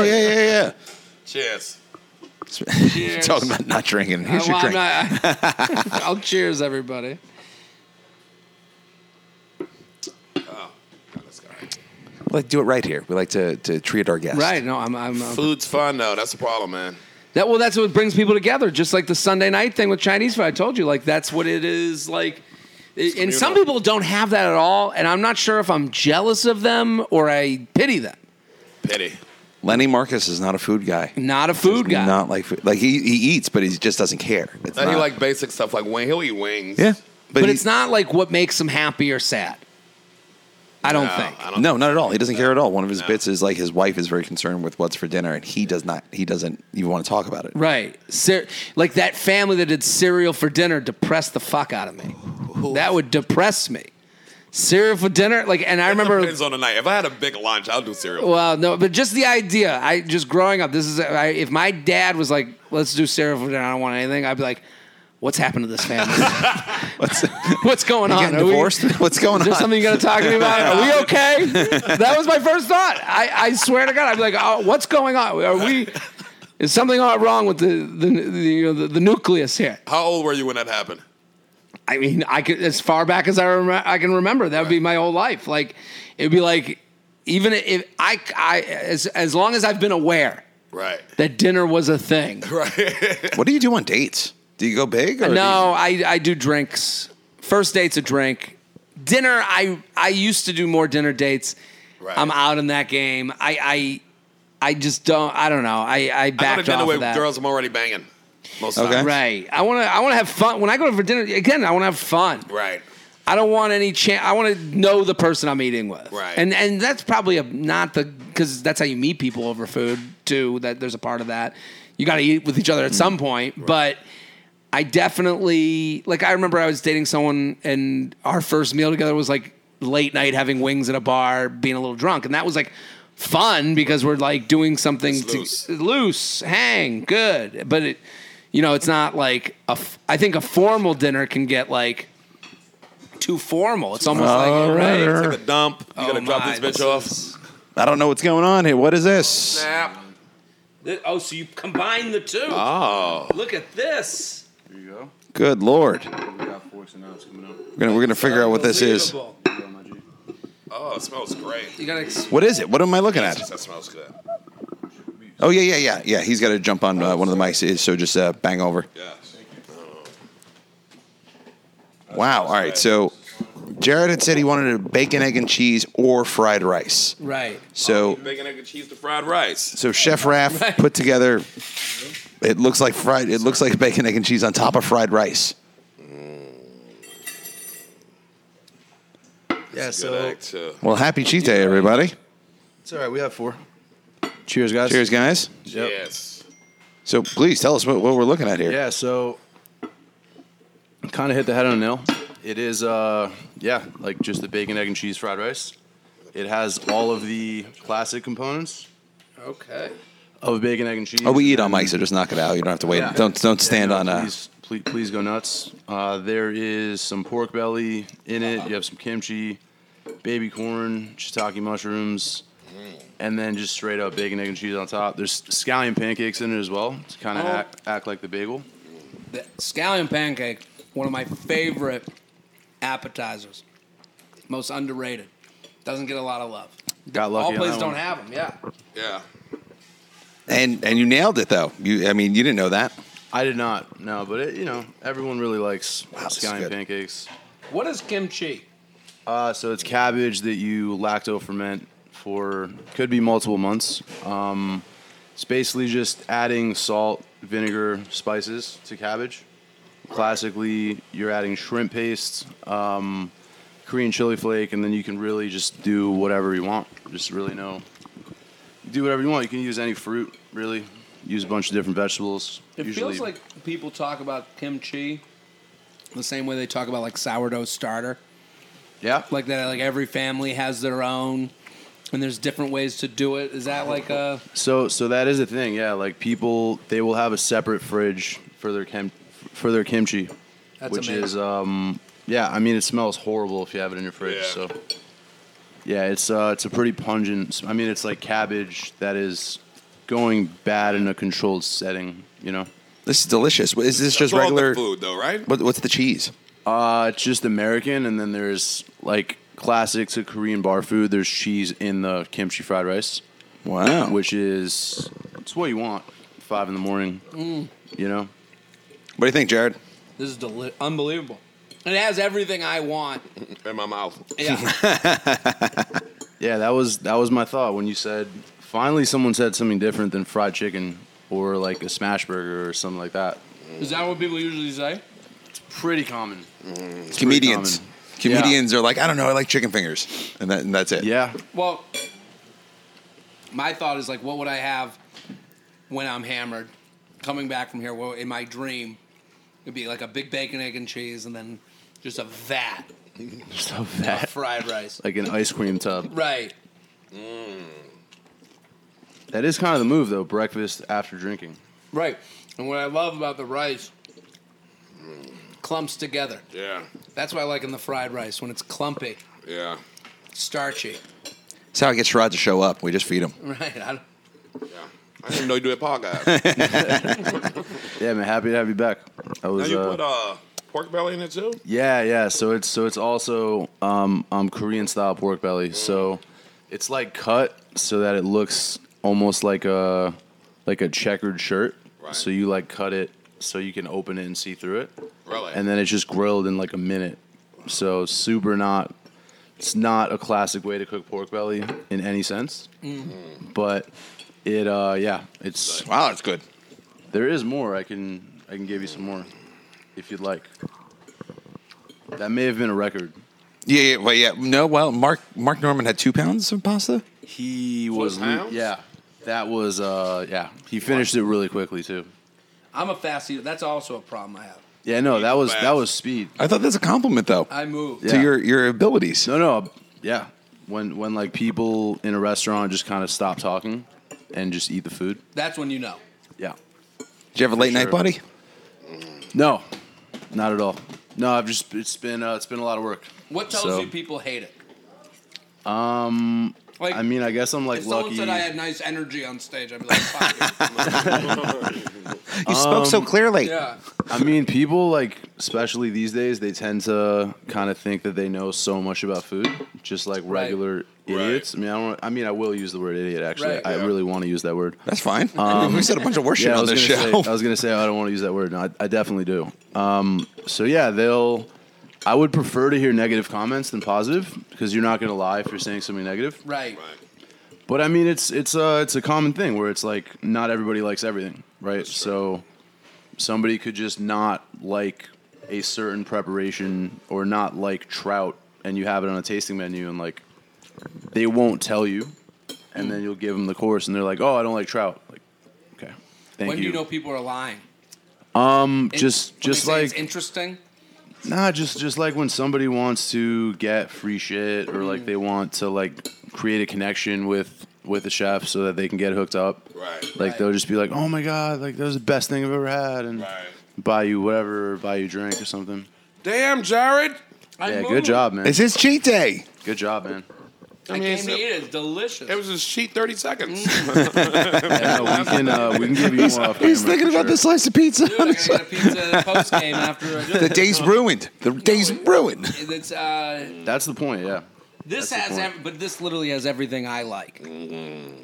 Speaker 1: yeah, yeah, yeah.
Speaker 3: Cheers. <laughs>
Speaker 1: Talking about not drinking. Here's
Speaker 2: Uh, well,
Speaker 1: your
Speaker 2: I'm
Speaker 1: drink.
Speaker 2: not- I'll cheers everybody.
Speaker 1: We like to do it right here. We like to, to treat our guests.
Speaker 2: Right? No, I'm. I'm uh,
Speaker 3: Food's fun though. That's the problem, man.
Speaker 2: That well, that's what brings people together. Just like the Sunday night thing with Chinese food, I told you, like that's what it is. Like, and some people don't have that at all, and I'm not sure if I'm jealous of them or I pity them.
Speaker 3: Pity.
Speaker 1: Lenny Marcus is not a food guy.
Speaker 2: Not a food guy.
Speaker 1: Not like food. like he, he eats, but he just doesn't care. It's
Speaker 3: Now he
Speaker 1: not-
Speaker 3: like basic stuff like wing. He'll eat wings.
Speaker 1: yeah,
Speaker 2: but
Speaker 1: he-
Speaker 2: it's not like what makes them happy or sad. I don't
Speaker 3: No,
Speaker 2: think.
Speaker 3: I don't
Speaker 1: No, not at all. He doesn't care at all. One of his bits is like his wife is very concerned with what's for dinner, and he does not. He doesn't even want to talk about it.
Speaker 2: Right. Cer- like that family that did cereal for dinner depressed the fuck out of me. That would depress me. Cereal for dinner, like, and I remember
Speaker 3: Depends on the night. If I had a big lunch, I'll do cereal.
Speaker 2: Well, no, but just the idea. I just growing up. This is I, if my dad was like, "Let's do cereal for dinner. I don't want anything." I'd be like, "What's happened to this family? <laughs>
Speaker 1: What's <laughs>
Speaker 2: What's going on?
Speaker 1: getting
Speaker 2: Are we-
Speaker 1: divorced? <laughs> What's going
Speaker 2: is there
Speaker 1: on?
Speaker 2: something you're gonna talk to me about? Are we okay?" that was my first thought. I, I swear to God, I'd be like, oh, "What's going on? Are we? Is something all wrong with the the the, you know, the, the nucleus here?"
Speaker 3: How old were you when that happened?
Speaker 2: I mean, I could as far back as I rem- I can remember. That would be my whole life. Like it'd be like even if I I as as long as I've been aware
Speaker 3: Right.
Speaker 2: that dinner was a thing.
Speaker 1: what do you do on dates? Do you go big? Or do you-
Speaker 2: No, I I do drinks. First date's a drink. Dinner, I I used to do more dinner dates.
Speaker 3: Right.
Speaker 2: I'm out in that game. I I I just don't. I don't know. I I
Speaker 3: I go to
Speaker 2: backed
Speaker 3: dinner
Speaker 2: off
Speaker 3: with
Speaker 2: of that.
Speaker 3: girls I'm already banging. Most
Speaker 1: Okay.
Speaker 3: okay. Times.
Speaker 2: Right. I want to. I want to have fun. When I go for dinner again, I want to have fun.
Speaker 3: Right.
Speaker 2: I don't want any chance. I want to know the person I'm eating with.
Speaker 3: Right.
Speaker 2: And and that's probably a, not the because that's how you meet people over food too. That there's a part of that. You got to eat with each other at some point. But I definitely like. I remember I was dating someone and our first meal together was like late night having wings at a bar, being a little drunk, and that was like fun because we're like doing something
Speaker 3: It's
Speaker 2: to-
Speaker 3: loose.
Speaker 2: loose, hang, good. But it, you know, it's not like a. f- I think a formal dinner can get like too formal. It's almost
Speaker 1: All
Speaker 2: like
Speaker 1: right.
Speaker 2: right.
Speaker 3: Take a dump. You
Speaker 2: Oh
Speaker 3: gotta drop
Speaker 2: my,
Speaker 3: this
Speaker 2: this
Speaker 3: bitch off.
Speaker 1: I don't know what's going on here. What is this?
Speaker 3: Snap.
Speaker 2: Th- Oh, so you combine the two.
Speaker 5: Ah.
Speaker 3: Oh.
Speaker 2: Look at this.
Speaker 4: There you go.
Speaker 1: Good lord, we're
Speaker 4: We got forks and knives coming up.
Speaker 1: gonna we're gonna figure out what this is.
Speaker 2: Unbelievable.
Speaker 4: There you go, my G.
Speaker 3: Oh, it smells great.
Speaker 2: You gotta. Ex-
Speaker 1: What is it? What am I looking at?
Speaker 3: That smells good.
Speaker 1: Oh yeah, yeah, yeah, yeah. He's got to jump on uh, one of the mics, so just uh, bang over.
Speaker 3: Yeah.
Speaker 1: Wow. All right. So Jared had said he wanted a bacon, egg, and cheese or fried rice.
Speaker 2: Right.
Speaker 1: So,
Speaker 3: Bacon, egg, and cheese to fried rice.
Speaker 1: so Chef Raff put together. It looks like fried. It looks like bacon, egg, and cheese on top of fried rice.
Speaker 5: Yeah,
Speaker 3: Good
Speaker 5: so
Speaker 3: egg, too.
Speaker 1: Well, happy cheat day, everybody!
Speaker 5: it's all right. We have four. Cheers, guys.
Speaker 1: Cheers, guys.
Speaker 5: Yep.
Speaker 3: Yes.
Speaker 1: So, please tell us what, what we're looking at here.
Speaker 5: Yeah, so kind of hit the head on a nail. It is, uh, yeah, like just the bacon, egg, and cheese fried rice. It has all of the classic components
Speaker 2: Okay.
Speaker 5: of bacon, egg, and cheese.
Speaker 1: Oh, we eat on mic, so just knock it out. You don't have to wait.
Speaker 5: Yeah.
Speaker 1: Don't don't stand
Speaker 5: Yeah,
Speaker 1: on.
Speaker 5: no,
Speaker 1: Uh,
Speaker 5: Please, please, please go nuts. Uh, there is some pork belly in it. You have some kimchi, baby corn, shiitake mushrooms, and then just straight up bacon, egg, and cheese on top. There's scallion pancakes in it as well to kind of
Speaker 2: Oh.
Speaker 5: act, act like the bagel.
Speaker 2: The scallion pancake, one of my favorite appetizers, most underrated. Doesn't get a lot of love.
Speaker 5: Got lucky.
Speaker 2: All
Speaker 5: on that
Speaker 2: places
Speaker 5: one.
Speaker 2: don't have them. Yeah.
Speaker 3: Yeah.
Speaker 1: and and you nailed it though. You, I mean, you didn't know that.
Speaker 5: I did not. No, but it, you know, everyone really likes
Speaker 1: this is
Speaker 5: scallion
Speaker 1: good.
Speaker 5: pancakes.
Speaker 2: What is kimchi?
Speaker 5: Uh, so it's cabbage that you lacto ferment for could be multiple months. Um, it's basically just adding salt, vinegar, spices to cabbage. Classically, you're adding shrimp paste, um, Korean chili flake, and then you can really just do whatever you want. Just really know, do whatever you want. You can use any fruit, really. Use a bunch of different vegetables.
Speaker 2: It
Speaker 5: usually,
Speaker 2: feels like people talk about kimchi the same way they talk about like sourdough starter.
Speaker 5: yeah,
Speaker 2: Like that, like every family has their own, and there's different ways to do it. Is that like a
Speaker 5: So so that is a thing, yeah. Like people, they will have a separate fridge for their kim for their kimchi,
Speaker 2: That's
Speaker 5: which
Speaker 2: amazing.
Speaker 5: is um yeah. I mean, it smells horrible if you have it in your fridge.
Speaker 3: Yeah.
Speaker 5: So yeah, it's uh it's a pretty pungent. I mean, it's like cabbage that is going bad in a controlled setting. You know,
Speaker 1: This is delicious. Is this just
Speaker 3: It's all the
Speaker 1: regular?
Speaker 3: food, though, right?
Speaker 1: What, what's the cheese?
Speaker 5: uh, it's just American, and then there's like classics of Korean bar food. There's cheese in the kimchi fried rice.
Speaker 1: Wow.
Speaker 5: which is it's what you want. Five in the morning,
Speaker 2: Mm.
Speaker 5: you know.
Speaker 1: what do you think, Jared?
Speaker 2: this is deli- unbelievable? It has everything I
Speaker 5: <laughs>
Speaker 2: want.
Speaker 3: In my mouth.
Speaker 2: Yeah.
Speaker 5: Yeah, that was that was my thought when you said finally someone said something different than fried chicken or like a smash burger or something like that.
Speaker 2: Is that what people usually say?
Speaker 5: Pretty common.
Speaker 1: Comedians.
Speaker 5: common.
Speaker 1: Comedians are like, I don't know, I like chicken fingers, and, that, and that's it.
Speaker 5: Yeah, <laughs>
Speaker 2: Well, my thought is like, what would I have when I'm hammered, coming back from here? Well, in my dream, it'd be like a big bacon, egg, and cheese, and then just a vat
Speaker 5: so
Speaker 2: of
Speaker 5: <laughs> that
Speaker 2: fried rice.
Speaker 5: like an ice cream tub.
Speaker 2: Right.
Speaker 5: That is kind of the move though. Breakfast after drinking.
Speaker 2: Right. And what I love about the rice, clumps together.
Speaker 3: Yeah.
Speaker 2: That's what I like in the fried rice when it's clumpy,
Speaker 3: Yeah.
Speaker 2: starchy. <laughs>
Speaker 1: That's how I get Sherrod to show up. We just feed him.
Speaker 2: Right. I don't,
Speaker 3: Yeah. I didn't know you do
Speaker 1: <laughs>
Speaker 3: a podcast.
Speaker 5: Yeah, man. Happy to have you back. I
Speaker 3: now
Speaker 5: was.
Speaker 3: you
Speaker 5: uh,
Speaker 3: put uh, pork belly in it too.
Speaker 5: Yeah, yeah. So it's so it's also um, um Korean style pork belly. So it's like cut so that it looks almost like a like a checkered shirt.
Speaker 3: Right.
Speaker 5: So you like cut it so you can open it and see through it,
Speaker 3: Really?
Speaker 5: and then it's just grilled in like a minute. So super not. It's not a classic way to cook pork belly in any sense, but it uh yeah it's
Speaker 1: Wow, that's good.
Speaker 5: there is more. I can I can give you some more if you'd like. That may have been a record.
Speaker 1: Yeah, yeah, well, yeah. No, well, Mark Mark Norman had two pounds of pasta.
Speaker 5: He was
Speaker 3: pounds?
Speaker 5: yeah. That was uh yeah. He finished it really quickly too.
Speaker 2: I'm a fast eater. That's also a problem I have.
Speaker 5: Yeah, no, that was that
Speaker 3: fast.
Speaker 5: was speed.
Speaker 1: I thought that's a compliment though
Speaker 2: I move.
Speaker 5: Yeah.
Speaker 1: to your your abilities.
Speaker 5: No, no, yeah. When when like people in a restaurant just kind of stop talking and just eat the food.
Speaker 2: That's when you know.
Speaker 5: Yeah.
Speaker 1: Did you have a late night
Speaker 5: sure.
Speaker 1: buddy?
Speaker 5: No, not at all. No, I've just it's been uh, it's been a lot of work.
Speaker 2: What tells
Speaker 5: So-
Speaker 2: you people hate it? Um, like
Speaker 5: I mean, I guess I'm like
Speaker 2: if
Speaker 5: lucky.
Speaker 2: someone said I had nice energy on stage, I'd be like,
Speaker 5: <laughs>
Speaker 2: "Fuck
Speaker 1: You spoke
Speaker 5: Um,
Speaker 1: so clearly.
Speaker 2: you." yeah,
Speaker 5: I mean, people like, especially these days, they tend to kind of think that they know so much about food, just like regular idiots. I mean, I don't. I mean, I will use the word idiot. Actually,
Speaker 2: Right.
Speaker 5: I
Speaker 3: Yeah.
Speaker 5: really want to use that word.
Speaker 1: That's fine. we said a bunch of worse shit
Speaker 5: Um, I
Speaker 1: on
Speaker 5: was
Speaker 1: this
Speaker 5: gonna
Speaker 1: show.
Speaker 5: Say, I was gonna say I don't want to use that word. No, I, I definitely do. Um, so yeah, they'll. I would prefer to hear negative comments than positive because you're not going to lie if you're saying something negative.
Speaker 2: Right.
Speaker 5: But I mean, it's it's a it's a common thing where it's like not everybody likes everything, right? So somebody could just not like a certain preparation or not like trout, and you have it on a tasting menu, and like they won't tell you, and then you'll give them the course, and they're like, "Oh, I don't like trout." Like, okay, thank
Speaker 2: When do you know people are lying?
Speaker 5: um, just
Speaker 2: When they
Speaker 5: just
Speaker 2: say it's
Speaker 5: like
Speaker 2: interesting.
Speaker 5: Nah, just just like when somebody wants to get free shit or
Speaker 2: Mm.
Speaker 5: like they want to like create a connection with with the chef so that they can get hooked up.
Speaker 3: Right.
Speaker 5: Like
Speaker 2: Right.
Speaker 5: they'll just be like, "Oh my god, like that was the best thing I've ever had," and
Speaker 3: Right.
Speaker 5: buy you whatever, or buy you a drink or something.
Speaker 3: Damn, Jared.
Speaker 5: yeah, good job, man.
Speaker 1: It's his cheat day.
Speaker 5: Good
Speaker 2: <laughs>
Speaker 5: job, man.
Speaker 2: I
Speaker 3: I, mean,
Speaker 2: came
Speaker 3: it's-
Speaker 2: to eat it. It's delicious.
Speaker 3: it was a sheet thirty seconds. Mm-hmm. <laughs>
Speaker 5: Yeah, we can uh, we can give you more. off
Speaker 1: He's
Speaker 5: camera
Speaker 1: thinking
Speaker 5: for
Speaker 1: about
Speaker 5: sure.
Speaker 1: the slice of pizza.
Speaker 2: Dude, I gotta
Speaker 5: <laughs>
Speaker 2: get a pizza post game after. I do
Speaker 1: <laughs> The
Speaker 2: this.
Speaker 1: day's ruined. The day's ruined.
Speaker 2: It's, uh,
Speaker 5: That's the point. Yeah.
Speaker 2: this
Speaker 5: That's
Speaker 2: has,
Speaker 5: the point. Mm-hmm.
Speaker 2: ev- but this literally has everything I like.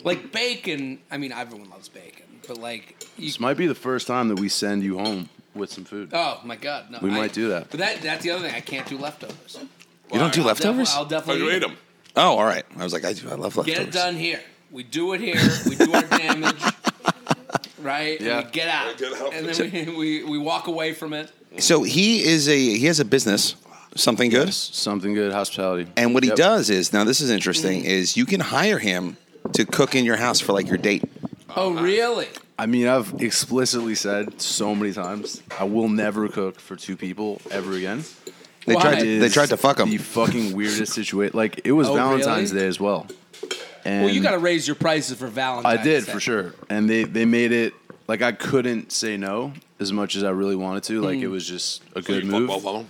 Speaker 2: Like bacon. I mean, everyone loves bacon, but like, you,
Speaker 5: This might be the first time that we send you home with some food.
Speaker 2: oh my god, no.
Speaker 5: We
Speaker 2: I-
Speaker 5: might do that.
Speaker 2: But that, that's the other thing. I can't do leftovers.
Speaker 1: You don't do
Speaker 2: I'll defi-
Speaker 1: leftovers?
Speaker 2: I'll
Speaker 3: Oh,
Speaker 2: definitely
Speaker 3: you
Speaker 2: eat
Speaker 3: ate
Speaker 2: them.
Speaker 3: them.
Speaker 1: Oh, all right. I was like, I do. I love leftovers.
Speaker 2: Get it done here. We do it here. We do our
Speaker 5: <laughs>
Speaker 2: damage. Right? And
Speaker 5: Yeah.
Speaker 2: we get out.
Speaker 3: Get out.
Speaker 2: And then we, we, we walk away from it.
Speaker 1: So he is a he has a business, something good.
Speaker 5: Something good, hospitality.
Speaker 1: And what he
Speaker 5: Yep.
Speaker 1: does is now this is
Speaker 2: Mm.
Speaker 1: interesting is you can hire him to cook in your house for like your date.
Speaker 2: Oh, really?
Speaker 5: I mean, I've explicitly said so many times I will never cook for two people ever again.
Speaker 1: They
Speaker 2: Why?
Speaker 1: tried
Speaker 5: It
Speaker 1: to, they
Speaker 5: is
Speaker 1: tried to fuck him.
Speaker 5: The fucking weirdest situation. Like it was
Speaker 2: Oh,
Speaker 5: Valentine's
Speaker 2: really?
Speaker 5: Day as well. And
Speaker 2: Well, you got to raise your prices for Valentine's.
Speaker 5: I did
Speaker 2: Day.
Speaker 5: for sure, and they they made it like I couldn't say no as much as I really wanted to.
Speaker 2: Mm.
Speaker 5: Like it was just a good
Speaker 3: you fucked both
Speaker 5: move.
Speaker 3: of them.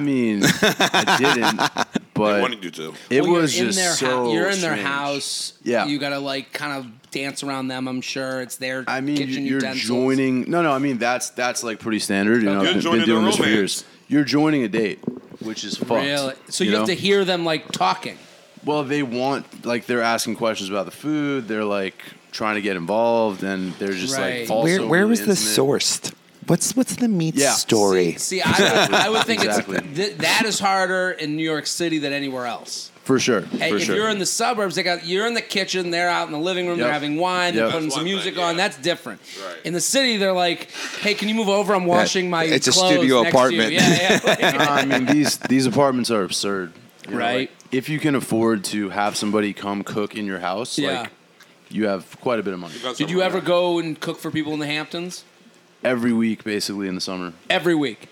Speaker 3: <laughs>
Speaker 5: mean, I didn't,
Speaker 3: I
Speaker 5: but
Speaker 3: wanted you to.
Speaker 5: it
Speaker 2: Well, you're
Speaker 5: was
Speaker 2: in
Speaker 5: just
Speaker 2: their hou-
Speaker 5: so.
Speaker 2: you're in their
Speaker 5: strange.
Speaker 2: house.
Speaker 5: Yeah.
Speaker 2: You got to like kind of dance around them. I'm sure it's their.
Speaker 5: I mean, you-
Speaker 2: kitchen
Speaker 5: you're
Speaker 2: utensils.
Speaker 5: joining. No, no. I mean, that's that's like pretty standard. You know,
Speaker 3: You're
Speaker 5: I've been,
Speaker 3: joining
Speaker 5: been doing
Speaker 3: the
Speaker 5: this for
Speaker 3: romance.
Speaker 5: years. You're joining a date, which is fucked.
Speaker 2: Really? So you, have
Speaker 5: know?
Speaker 2: to hear them like talking.
Speaker 5: Well, they want like they're asking questions about the food. They're like trying to get involved, and they're just
Speaker 2: Right.
Speaker 5: like also
Speaker 1: where where
Speaker 5: really
Speaker 1: was the
Speaker 5: intimate.
Speaker 1: source? What's what's the meat
Speaker 5: Yeah.
Speaker 1: story?
Speaker 2: See, I, would, I would think
Speaker 5: Eh. Exactly.
Speaker 2: it's th- that is harder in New York City than anywhere else.
Speaker 5: For sure,
Speaker 2: Hey,
Speaker 5: for
Speaker 2: if
Speaker 5: sure.
Speaker 2: you're in the suburbs, they got you're in the kitchen, they're out in the living room, they're
Speaker 5: Yep.
Speaker 2: having wine, they're
Speaker 5: Yep.
Speaker 2: putting
Speaker 3: That's
Speaker 2: some
Speaker 3: one thing,
Speaker 2: music
Speaker 3: yeah.
Speaker 2: on. That's different.
Speaker 3: Right.
Speaker 2: In the city, they're like, "Hey, can you move over? I'm washing my
Speaker 1: it's a
Speaker 2: clothes
Speaker 1: studio
Speaker 2: next to you."
Speaker 1: apartment.
Speaker 2: Yeah, yeah.
Speaker 5: <laughs> No,
Speaker 2: <laughs>
Speaker 5: I mean these these apartments are absurd, You know,
Speaker 2: Right.
Speaker 5: like, if you can afford to have somebody come cook in your house,
Speaker 2: Yeah.
Speaker 5: like you have quite a bit of money
Speaker 2: Did you ever go and cook for people in the Hamptons?
Speaker 5: every week, basically in the summer.
Speaker 2: Every week.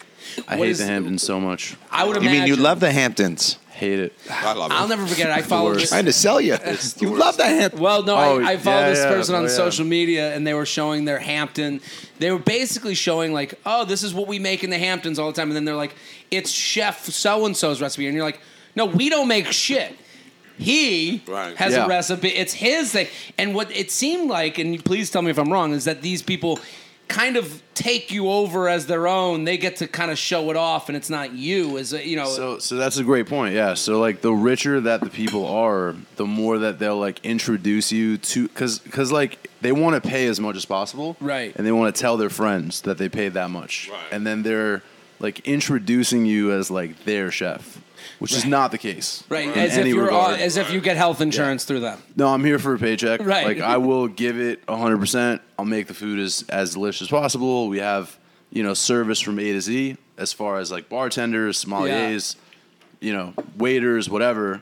Speaker 5: I
Speaker 2: What
Speaker 5: hate
Speaker 2: is-
Speaker 5: the Hamptons so much.
Speaker 2: I would
Speaker 1: You
Speaker 2: imagine.
Speaker 1: mean you love the Hamptons?
Speaker 5: Hate it.
Speaker 3: I love it.
Speaker 2: I'll never
Speaker 5: <laughs>
Speaker 2: forget it. I followed
Speaker 5: worst.
Speaker 2: this.
Speaker 1: Trying to sell you. You love the Hamptons.
Speaker 2: Well, no,
Speaker 5: Oh,
Speaker 2: I, I followed
Speaker 5: yeah,
Speaker 2: this
Speaker 5: yeah.
Speaker 2: person on
Speaker 5: Oh, yeah.
Speaker 2: social media, and they were showing their Hampton. They were basically showing like, "Oh, this is what we make in the Hamptons all the time," and then they're like, "It's Chef So and So's recipe," and you're like, "No, we don't make shit." He
Speaker 3: Right.
Speaker 2: has
Speaker 5: Yeah.
Speaker 2: a recipe. It's his thing. And what it seemed like, and please tell me if I'm wrong, is that these people kind of take you over as their own. They get to kind of show it off, and it's not you as a, you know.
Speaker 5: So, so that's a great point. Yeah. So, like, the richer that the people are, the more that they'll like introduce you to, because, because like they want to pay as much as possible,
Speaker 2: Right.
Speaker 5: And they want to tell their friends that they paid that much,
Speaker 3: Right.
Speaker 5: And then they're like introducing you as like their chef, which is
Speaker 2: Right.
Speaker 5: not the case,
Speaker 2: Right,
Speaker 5: in
Speaker 2: as if
Speaker 5: any
Speaker 2: you're
Speaker 5: regard.
Speaker 2: as if you get health insurance through them.
Speaker 5: no, I'm here for a paycheck.
Speaker 2: Right.
Speaker 5: Like, I will give it 100. percent I'll make the food as as delicious as possible. We have, you know, service from A to Z as far as like bartenders, sommeliers you know, waiters, whatever.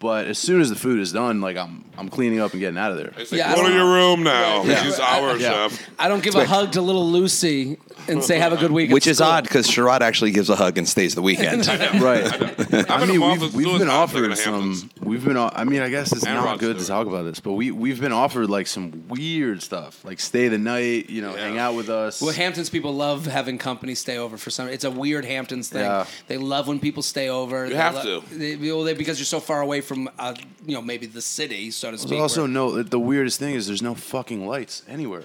Speaker 5: But as soon as the food is done, like I'm, I'm cleaning up and getting out of there.
Speaker 3: It's like,
Speaker 2: Yeah, I
Speaker 3: go to
Speaker 2: don't-
Speaker 3: your room now.
Speaker 2: Yeah.
Speaker 3: She's ours,
Speaker 5: Yeah.
Speaker 3: chef.
Speaker 2: I don't give a hug to little Lucy and say have a good week. at
Speaker 1: Which is
Speaker 2: school.
Speaker 1: odd because Sherrod actually gives a hug and stays the
Speaker 2: <laughs>
Speaker 1: weekend.
Speaker 3: <laughs>
Speaker 5: Right. I
Speaker 3: I've
Speaker 5: mean,
Speaker 3: been involved
Speaker 5: we've,
Speaker 3: with
Speaker 5: we've
Speaker 3: Lewis
Speaker 5: been
Speaker 3: Hamilton in
Speaker 5: offered
Speaker 3: the
Speaker 5: some.
Speaker 3: Hamptons.
Speaker 5: We've been. o- I mean, I guess it's
Speaker 3: And Rod
Speaker 5: not good to
Speaker 3: Stewart.
Speaker 5: talk about this, but we we've been offered like some weird stuff, like stay the night, you know,
Speaker 3: Yeah.
Speaker 5: hang out with us.
Speaker 2: Well, Hamptons people love having company stay over for some. It's a weird Hamptons thing.
Speaker 5: Yeah.
Speaker 2: They love when people stay over. You they
Speaker 3: have
Speaker 2: lo-
Speaker 3: to.
Speaker 2: they- well, they- because you're so far away from, uh, you know, maybe the city, so to speak.
Speaker 5: There's also
Speaker 2: where-
Speaker 5: no. The weirdest thing is there's no fucking lights
Speaker 2: <laughs>
Speaker 5: anywhere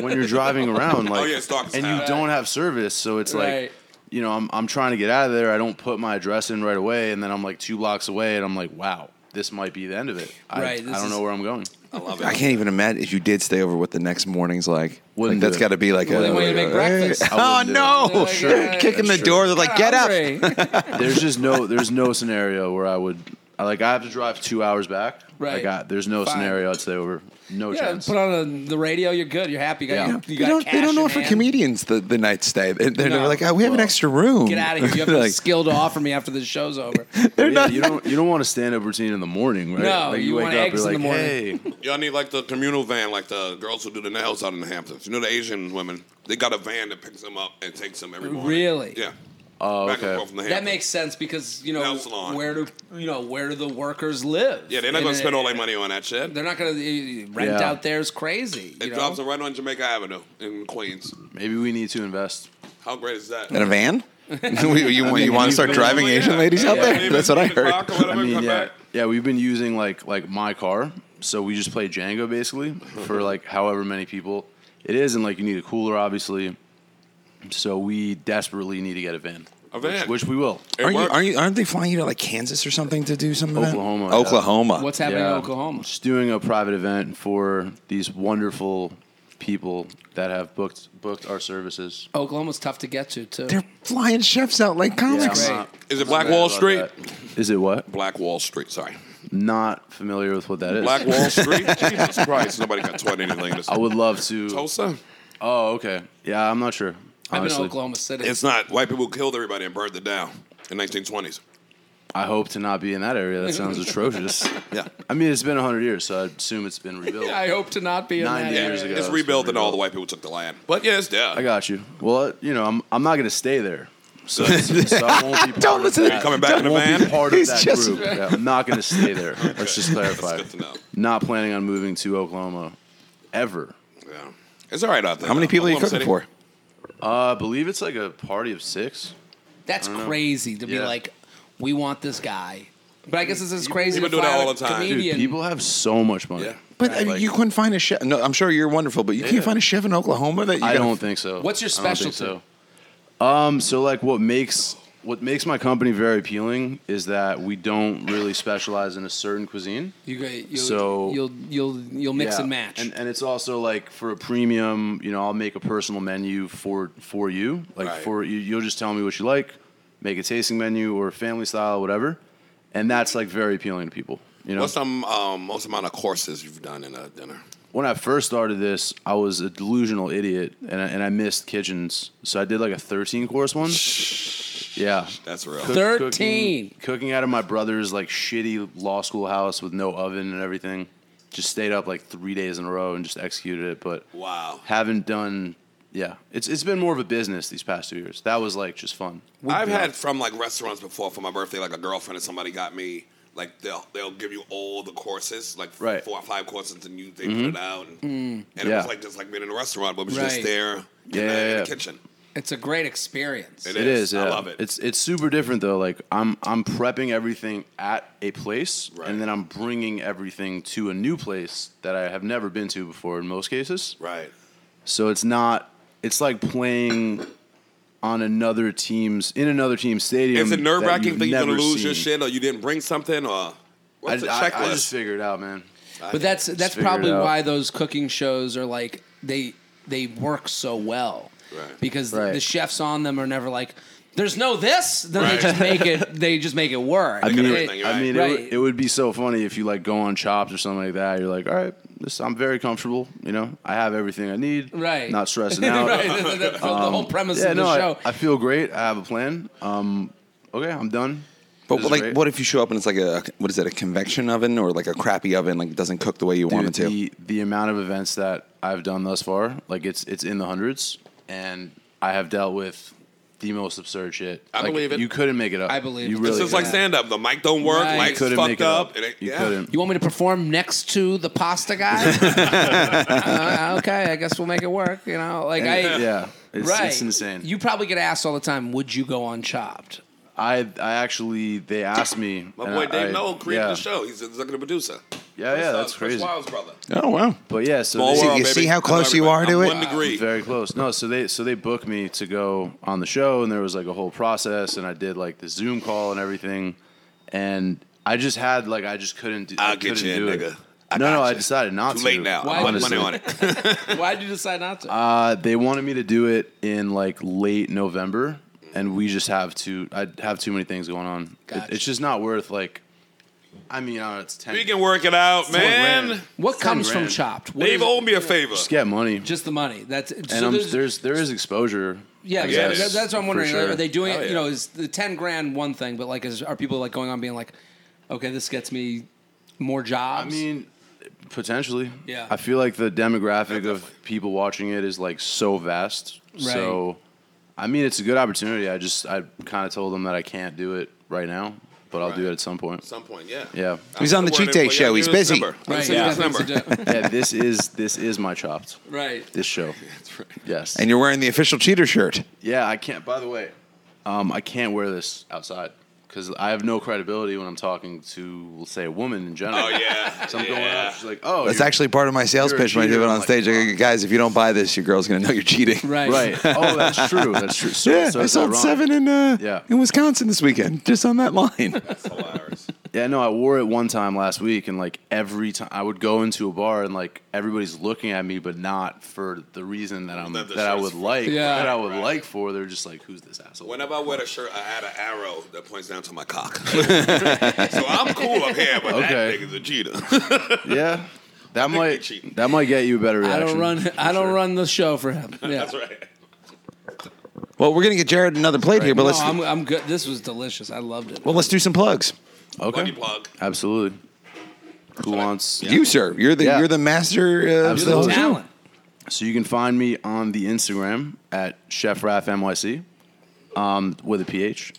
Speaker 5: when you're driving
Speaker 1: Oh,
Speaker 5: around. Like,
Speaker 3: Oh, yeah, it's dark as
Speaker 5: and
Speaker 3: hell.
Speaker 5: you don't have service, so it's
Speaker 2: Right.
Speaker 5: like, you know, I'm I'm trying to get out of there. I don't put my address in right away, and then I'm like two blocks away, and I'm like, wow, this might be the end of it. I,
Speaker 2: Right,
Speaker 5: I
Speaker 2: this
Speaker 5: don't
Speaker 1: <laughs>
Speaker 2: is-
Speaker 5: know where I'm going.
Speaker 3: I love it.
Speaker 1: I can't even imagine if you did stay over what the next morning's like.
Speaker 5: Wouldn't
Speaker 1: Like, that's
Speaker 5: do
Speaker 1: got
Speaker 5: it.
Speaker 1: to be like
Speaker 2: Well,
Speaker 1: a.
Speaker 2: they want you to make
Speaker 5: <laughs>
Speaker 2: breakfast.
Speaker 1: Oh
Speaker 5: wouldn't do
Speaker 1: no!
Speaker 5: it.
Speaker 2: They're like, Sure.
Speaker 1: They're
Speaker 2: yeah,
Speaker 1: kicking the
Speaker 5: that's
Speaker 1: door. They're like, "Get up!"
Speaker 2: Hungry.
Speaker 5: There's just no there's no scenario where I would I, like I have to drive two hours back.
Speaker 2: Right.
Speaker 5: I got there's no
Speaker 2: Fine.
Speaker 5: scenario I'd stay over. No
Speaker 2: yeah,
Speaker 5: chance.
Speaker 2: put on a, the radio. You're good. You're happy. You got,
Speaker 5: Yeah.
Speaker 2: you,
Speaker 1: They
Speaker 2: got
Speaker 1: don't,
Speaker 2: cash
Speaker 1: they don't
Speaker 2: in
Speaker 1: know it for
Speaker 2: hand.
Speaker 1: comedians the, the night stay. They're, they're
Speaker 2: No.
Speaker 1: like, oh, we have an extra room.
Speaker 2: Get out of here.
Speaker 1: <laughs>
Speaker 2: You have
Speaker 1: They're
Speaker 2: a
Speaker 1: like,
Speaker 2: skill to offer me after the show's over.
Speaker 5: Yeah, you don't you don't want a stand up routine in the morning, right?
Speaker 2: No, you want eggs in the morning.
Speaker 5: Hey,
Speaker 3: Y'all need like the communal van, like the girls who do the nails out in the Hamptons. You know the Asian women, they got a van that picks them up and takes them every morning.
Speaker 2: Really?
Speaker 3: Yeah.
Speaker 5: oh
Speaker 3: Back and
Speaker 5: okay.
Speaker 3: forth from the
Speaker 2: That
Speaker 3: Hamptons.
Speaker 2: makes sense because you know
Speaker 3: Nail salon.
Speaker 2: where do you know where do the workers live?
Speaker 3: Yeah, they're not
Speaker 2: And
Speaker 3: gonna
Speaker 2: it-
Speaker 3: spend all their money on that shit.
Speaker 2: They're not going to rent
Speaker 5: Yeah.
Speaker 2: out there is crazy.
Speaker 3: It
Speaker 2: you know?
Speaker 3: drops them right on Jamaica Avenue in Queens.
Speaker 5: Maybe we need to invest.
Speaker 3: How great is that?
Speaker 1: in a van? <laughs> you you,
Speaker 5: <laughs>
Speaker 1: want- you want to start driving Asian ladies out there? That's what I heard.
Speaker 5: I mean, yeah, yeah, we've been using like like my car, so we just play
Speaker 3: <laughs>
Speaker 5: Django basically for like however many people it is, and like you need a cooler obviously. So we desperately need to get a van,
Speaker 3: A van.
Speaker 5: which, which we will.
Speaker 3: It
Speaker 1: Aren't you,
Speaker 3: works.
Speaker 1: aren't you? Aren't they flying you to like Kansas or something to do something? like that?
Speaker 5: Oklahoma, yeah.
Speaker 1: Oklahoma.
Speaker 2: What's happening
Speaker 5: Yeah.
Speaker 2: in Oklahoma?
Speaker 5: Just doing a private event for these wonderful people that have booked booked our services.
Speaker 2: Oklahoma's tough to get to too.
Speaker 1: They're flying chefs out like comics.
Speaker 2: Great.
Speaker 5: I'm not-
Speaker 3: Is it
Speaker 5: I'm
Speaker 3: Black
Speaker 5: mad
Speaker 3: Wall
Speaker 5: about
Speaker 3: Street?
Speaker 5: that. Is it what?
Speaker 3: Black Wall Street, sorry.
Speaker 5: Not familiar with what that is.
Speaker 3: Black
Speaker 5: <laughs>
Speaker 3: Wall Street? Jesus Christ, nobody got taught anything. This
Speaker 5: I would love to.
Speaker 3: Tulsa?
Speaker 5: Oh, okay. Yeah, I'm not sure.
Speaker 2: I've been to
Speaker 5: Honestly,
Speaker 2: Oklahoma City.
Speaker 3: It's not. White people killed everybody and burned it down in 1920s.
Speaker 5: I hope to not be in that area. That sounds atrocious.
Speaker 3: Yeah.
Speaker 5: I mean, it's been 100 years, so I assume it's been rebuilt.
Speaker 2: <laughs> I hope to not be in that
Speaker 5: 90
Speaker 2: area.
Speaker 5: years ago.
Speaker 3: It's
Speaker 5: it's
Speaker 3: rebuilt and all
Speaker 5: rebuilt.
Speaker 3: the white people took the land. But yeah, it's there.
Speaker 5: I got you. Well, uh, you know, I'm I'm not gonna stay there. So, so I won't be part
Speaker 1: Don't
Speaker 5: of
Speaker 1: listen to-
Speaker 5: <laughs> that.
Speaker 1: You're
Speaker 3: coming back
Speaker 5: I
Speaker 3: in a
Speaker 5: won't be
Speaker 3: van?
Speaker 5: part of
Speaker 1: He's
Speaker 5: that
Speaker 1: just-
Speaker 5: group. Yeah, I'm not gonna stay there. Let's just clarify.
Speaker 3: That's good to know.
Speaker 5: Not planning on moving to Oklahoma ever.
Speaker 3: Yeah. It's all right out there.
Speaker 1: How many
Speaker 3: though.
Speaker 1: people are you
Speaker 3: Oklahoma
Speaker 1: cooking
Speaker 3: City.
Speaker 1: for?
Speaker 5: Uh, I believe it's like a party of six.
Speaker 2: That's crazy to be
Speaker 5: Yeah.
Speaker 2: like, we want this guy. But I guess it's as crazy
Speaker 3: People
Speaker 2: to
Speaker 3: do that
Speaker 2: fire
Speaker 3: all
Speaker 2: a
Speaker 3: the time. Dude,
Speaker 5: Dude,
Speaker 2: comedian.
Speaker 5: people have so much money.
Speaker 3: Yeah.
Speaker 1: But uh,
Speaker 5: Like-
Speaker 1: you couldn't find a chef. No, I'm sure you're wonderful, but you
Speaker 5: Yeah.
Speaker 1: can't find a chef in Oklahoma that you
Speaker 5: I
Speaker 1: can-
Speaker 5: don't think so.
Speaker 2: What's your
Speaker 5: I don't think
Speaker 2: specialty?
Speaker 5: so. Um, so like what makes what makes my company very appealing is that we don't really specialize in a certain cuisine.
Speaker 2: you, go- you'll,
Speaker 5: So-
Speaker 2: you'll you'll you'll mix
Speaker 5: Yeah.
Speaker 2: and match.
Speaker 5: And, and it's also like for a premium, you know, I'll make a personal menu for for you. Like
Speaker 3: Right.
Speaker 5: for you, you'll just tell me what you like, make a tasting menu or family style, whatever. And that's like very appealing to people. You know,
Speaker 3: What's the um, most amount of courses you've done in a dinner?
Speaker 5: when I first started this, I was a delusional idiot, and I, and I missed kitchens. So I did like a thirteen course one. Yeah,
Speaker 3: That's real.
Speaker 5: Cook-
Speaker 2: 13.
Speaker 5: cooking, cooking out of my brother's like shitty law school house with no oven and everything. Just stayed up like three days in a row and just executed it. But
Speaker 3: Wow.
Speaker 5: haven't done. Yeah, it's it's been more of a business these past two years. That was like just fun.
Speaker 3: I've had from like restaurants before for my birthday, like a girlfriend or somebody got me like they'll they'll give you all the courses, like f-
Speaker 5: Right. Mm-hmm. Mm,
Speaker 3: four or five courses, and you they put it out, and, and it
Speaker 5: Yeah.
Speaker 3: was like just like being in a restaurant, but it was
Speaker 2: Right.
Speaker 3: just there in, the,
Speaker 5: Yeah, yeah,
Speaker 3: in
Speaker 5: yeah.
Speaker 3: the kitchen.
Speaker 2: it's a great experience.
Speaker 3: It
Speaker 5: It is.
Speaker 3: I
Speaker 5: yeah.
Speaker 3: love it.
Speaker 5: It's it's super different though. Like I'm I'm prepping everything at a place,
Speaker 3: Right.
Speaker 5: and then I'm bringing everything to a new place that I have never been to before. In most cases,
Speaker 3: right.
Speaker 5: so it's not. It's like playing on another team's in another team's stadium.
Speaker 3: Is it
Speaker 5: that
Speaker 3: nerve wracking
Speaker 5: you've
Speaker 3: that you're gonna
Speaker 5: never
Speaker 3: lose your
Speaker 5: seen.
Speaker 3: shit or you didn't bring something or
Speaker 5: I,
Speaker 3: what's the
Speaker 5: I- I just
Speaker 3: checklist?
Speaker 5: figured it out, man.
Speaker 2: But that's that's
Speaker 5: figure it
Speaker 2: probably
Speaker 5: out.
Speaker 2: why those cooking shows are like they they work so well
Speaker 3: Right.
Speaker 2: because the-
Speaker 5: Right.
Speaker 2: the chefs on them are never like there's no this then they just make it they just make it work.
Speaker 5: <laughs> I
Speaker 3: Look at
Speaker 5: mean,
Speaker 3: everything,
Speaker 5: it, I
Speaker 3: right?
Speaker 5: mean, it,
Speaker 2: Right.
Speaker 5: would, it would be so funny if you like go on Chopped or something like that. You're like, all right, this I'm very comfortable. You know, I have everything I need.
Speaker 2: right.
Speaker 5: Not stressing out.
Speaker 2: <laughs>
Speaker 5: Um,
Speaker 2: right. That- that- that's the whole premise
Speaker 5: Yeah,
Speaker 2: of
Speaker 5: no,
Speaker 2: the
Speaker 5: I-
Speaker 2: show.
Speaker 5: I, feel great. I have a plan. Um, okay, I'm done.
Speaker 1: But
Speaker 5: This is
Speaker 1: like,
Speaker 5: great.
Speaker 1: what if you show up and it's like a what is it, a convection oven or like a crappy oven, like it doesn't cook the way you want it
Speaker 5: Dude,
Speaker 1: to?
Speaker 5: the the amount of events that I've done thus far, like it's it's in the hundreds, and I have dealt with the most absurd shit.
Speaker 3: I
Speaker 5: Like,
Speaker 3: believe it.
Speaker 5: You couldn't make it up.
Speaker 2: I believe
Speaker 5: you
Speaker 2: it.
Speaker 5: really
Speaker 3: it's just like
Speaker 5: couldn't.
Speaker 3: stand up. The mic don't work.
Speaker 2: Right.
Speaker 3: Mic's
Speaker 5: couldn't
Speaker 3: fucked
Speaker 5: make it
Speaker 3: up.
Speaker 5: up.
Speaker 3: It ain't-
Speaker 5: You
Speaker 3: yeah.
Speaker 5: couldn't.
Speaker 2: You want me to perform next to the pasta
Speaker 5: <laughs>
Speaker 2: guy? <laughs> Uh, okay, I guess we'll make it work. You know, like I
Speaker 5: yeah, it's,
Speaker 2: right.
Speaker 5: it's insane.
Speaker 2: You probably get asked all the time, "Would you go on Chopped?"
Speaker 5: I I actually they asked me.
Speaker 3: My
Speaker 5: and
Speaker 3: boy
Speaker 5: I- I-
Speaker 3: Dave Noel created
Speaker 5: yeah.
Speaker 3: the show. He's the executive producer.
Speaker 5: Yeah, yeah, that's
Speaker 3: Chris
Speaker 5: crazy.
Speaker 3: Wild's brother.
Speaker 1: Oh wow!
Speaker 5: But yeah, so
Speaker 3: Small
Speaker 5: they-
Speaker 1: See-
Speaker 3: world,
Speaker 1: you see
Speaker 3: baby.
Speaker 1: how
Speaker 3: I know
Speaker 1: close you are
Speaker 3: everybody.
Speaker 1: to
Speaker 3: I'm
Speaker 1: it?
Speaker 3: One degree.
Speaker 5: Very close. No, so they so they booked me to go on the show, and there was like a whole process, and I did like the Zoom call and everything, and I just had like I just couldn't. Do, I
Speaker 3: I'll get
Speaker 5: couldn't
Speaker 3: you in,
Speaker 5: do it.
Speaker 3: nigga. I
Speaker 5: no, no, I
Speaker 3: gotcha.
Speaker 5: decided not
Speaker 3: Too
Speaker 5: to.
Speaker 3: late now.
Speaker 2: Why
Speaker 3: I put
Speaker 5: honestly.
Speaker 3: money on it.
Speaker 2: Why'd you decide not to?
Speaker 5: Uh, they wanted me to do it in like late November, and we just have too. I have too many things going on. It-
Speaker 2: Gotcha.
Speaker 5: it's just not worth like. I mean, I don't know, it's
Speaker 3: <laughs>
Speaker 5: ten.
Speaker 3: We can work it out,
Speaker 5: ten
Speaker 3: man.
Speaker 5: grand.
Speaker 2: what
Speaker 5: It's ten
Speaker 2: comes from
Speaker 5: grand.
Speaker 2: Chopped? What
Speaker 3: They've
Speaker 2: is it?
Speaker 3: owed me a favor.
Speaker 5: Just get money,
Speaker 2: just the money. That's and
Speaker 5: and I'm, there's, there's there is exposure.
Speaker 2: Yeah,
Speaker 5: I
Speaker 2: so
Speaker 5: guess,
Speaker 2: that- that's what I'm
Speaker 5: for
Speaker 2: wondering.
Speaker 5: sure.
Speaker 2: Are they doing
Speaker 3: Hell
Speaker 2: it? You
Speaker 3: yeah.
Speaker 2: know, is the ten grand one thing, but like, is, are people like going on being like, okay, this gets me more
Speaker 5: I
Speaker 2: jobs?
Speaker 5: mean, potentially.
Speaker 2: Yeah.
Speaker 5: I feel like the demographic of people watching it is like so vast. So, I mean, it's a good opportunity. I just I kind of told them that I can't do it right now, but I'll do
Speaker 3: Right.
Speaker 5: it at some point.
Speaker 3: some point, yeah.
Speaker 5: Yeah.
Speaker 1: He's on the
Speaker 3: Word
Speaker 1: Cheat Day
Speaker 3: employee.
Speaker 1: show. He's
Speaker 3: Give us
Speaker 1: busy.
Speaker 3: his number.
Speaker 2: right?
Speaker 3: Give us his
Speaker 2: yeah.
Speaker 3: number.
Speaker 5: yeah. This is this is my chopped. <laughs>
Speaker 2: right.
Speaker 3: <laughs>
Speaker 5: This show. Yes.
Speaker 1: And you're wearing the official cheater shirt.
Speaker 5: yeah, I can't. By the way, um, I can't wear this outside because I have no credibility when I'm talking to, let's say, a woman in general.
Speaker 3: <laughs> Oh yeah.
Speaker 5: So I'm
Speaker 3: yeah.
Speaker 5: going up. She's like, oh,
Speaker 1: That's
Speaker 5: you're-
Speaker 1: actually part of my sales
Speaker 5: you're a
Speaker 1: pitch when I do
Speaker 5: cheater.
Speaker 1: it
Speaker 5: I'm
Speaker 1: on
Speaker 5: like,
Speaker 1: stage. I go, guys, if you don't buy this, your girl's gonna know you're cheating.
Speaker 2: Right.
Speaker 5: <laughs> Right. Oh, that's true. That's true.
Speaker 1: <laughs>
Speaker 5: So,
Speaker 1: Yeah,
Speaker 5: so
Speaker 1: I
Speaker 5: it's not
Speaker 1: sold
Speaker 5: wrong.
Speaker 1: seven in uh,
Speaker 5: Yeah.
Speaker 1: in Wisconsin this weekend, just on that
Speaker 5: <laughs>
Speaker 1: line.
Speaker 3: That's hilarious.
Speaker 5: Yeah, no, I wore it one time last week, and like every time I would go into a bar and like everybody's looking at me, but not for the reason that I'm
Speaker 3: That
Speaker 5: that,
Speaker 3: the
Speaker 5: I
Speaker 3: shirt's
Speaker 5: would
Speaker 3: for.
Speaker 5: like
Speaker 2: Yeah.
Speaker 5: that I would
Speaker 3: Right.
Speaker 5: like for. They're just like, who's this asshole?
Speaker 3: Whenever I wear a shirt, I add an arrow that points down to my cock. so I'm cool up here, but that
Speaker 5: Okay.
Speaker 3: nigga's a cheater.
Speaker 5: <laughs>
Speaker 3: <laughs>
Speaker 5: yeah, that
Speaker 3: they
Speaker 5: might
Speaker 3: cheating.
Speaker 5: that might get you a better
Speaker 2: I
Speaker 5: reaction.
Speaker 2: don't run. I don't
Speaker 5: Sure.
Speaker 2: run the show for him. Yeah.
Speaker 3: That's right.
Speaker 1: well, we're gonna get Jared another plate here, but
Speaker 2: No,
Speaker 1: let's
Speaker 2: I'm, I'm good. This was delicious. I loved it.
Speaker 1: well let's do some plugs.
Speaker 5: Okay,
Speaker 3: Bloody plug.
Speaker 5: absolutely. Who wants?
Speaker 1: You sir, you're the
Speaker 5: Yeah.
Speaker 1: you're the master. Uh, of the whole
Speaker 5: Absolutely.
Speaker 1: show.
Speaker 2: Talent.
Speaker 5: So you can find me on the Instagram at Chef Raph NYC um, with a PH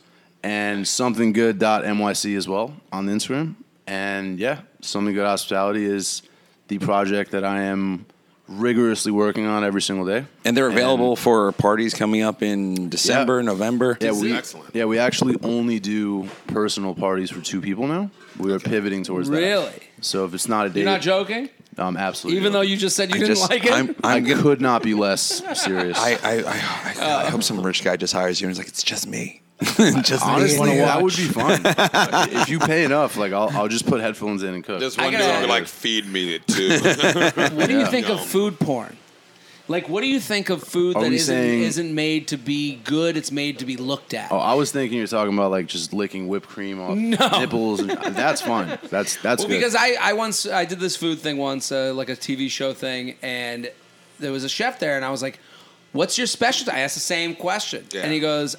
Speaker 5: and somethinggood.myc as well on the Instagram. And yeah, Something Good Hospitality is the project that I am rigorously working on every single day.
Speaker 1: And they're available for parties coming up in December, November.
Speaker 5: Yeah, we,
Speaker 3: Excellent.
Speaker 5: yeah, we actually only do personal parties for two people now. We are pivoting towards that.
Speaker 2: Really?
Speaker 5: So if it's not a date,
Speaker 2: You're not joking.
Speaker 5: um, absolutely.
Speaker 2: Even though you just said you
Speaker 1: I
Speaker 2: didn't
Speaker 1: just-
Speaker 2: like it.
Speaker 1: I'm-
Speaker 5: I
Speaker 1: I'm gonna-
Speaker 5: could not
Speaker 1: <laughs>
Speaker 5: be less serious.
Speaker 1: I I, I, I,
Speaker 5: Uh,
Speaker 1: I hope some rich guy just hires you and he's like, it's just me. <laughs> just
Speaker 5: Honestly,
Speaker 1: me.
Speaker 5: that would be fun. if you pay enough, like I'll, I'll just put headphones in and cook.
Speaker 3: Just
Speaker 2: I
Speaker 3: one dude
Speaker 2: gotta-
Speaker 3: will be like, feed me it too.
Speaker 2: What do you think of
Speaker 3: Yum.
Speaker 2: food porn? Like, what do you think of food
Speaker 5: Are
Speaker 2: that
Speaker 5: we
Speaker 2: isn't,
Speaker 5: saying-
Speaker 2: isn't made to be good? It's made to be looked at.
Speaker 5: oh, I was thinking you're talking about like just licking whipped cream off
Speaker 2: No. <laughs>
Speaker 5: nipples. And, that's fun. That's that's
Speaker 2: well,
Speaker 5: good.
Speaker 2: because I, I once I did this food thing once, uh, like a TV show thing, and there was a chef there, and I was like, "What's your specialty?" I asked the same question,
Speaker 3: Yeah.
Speaker 2: and he goes,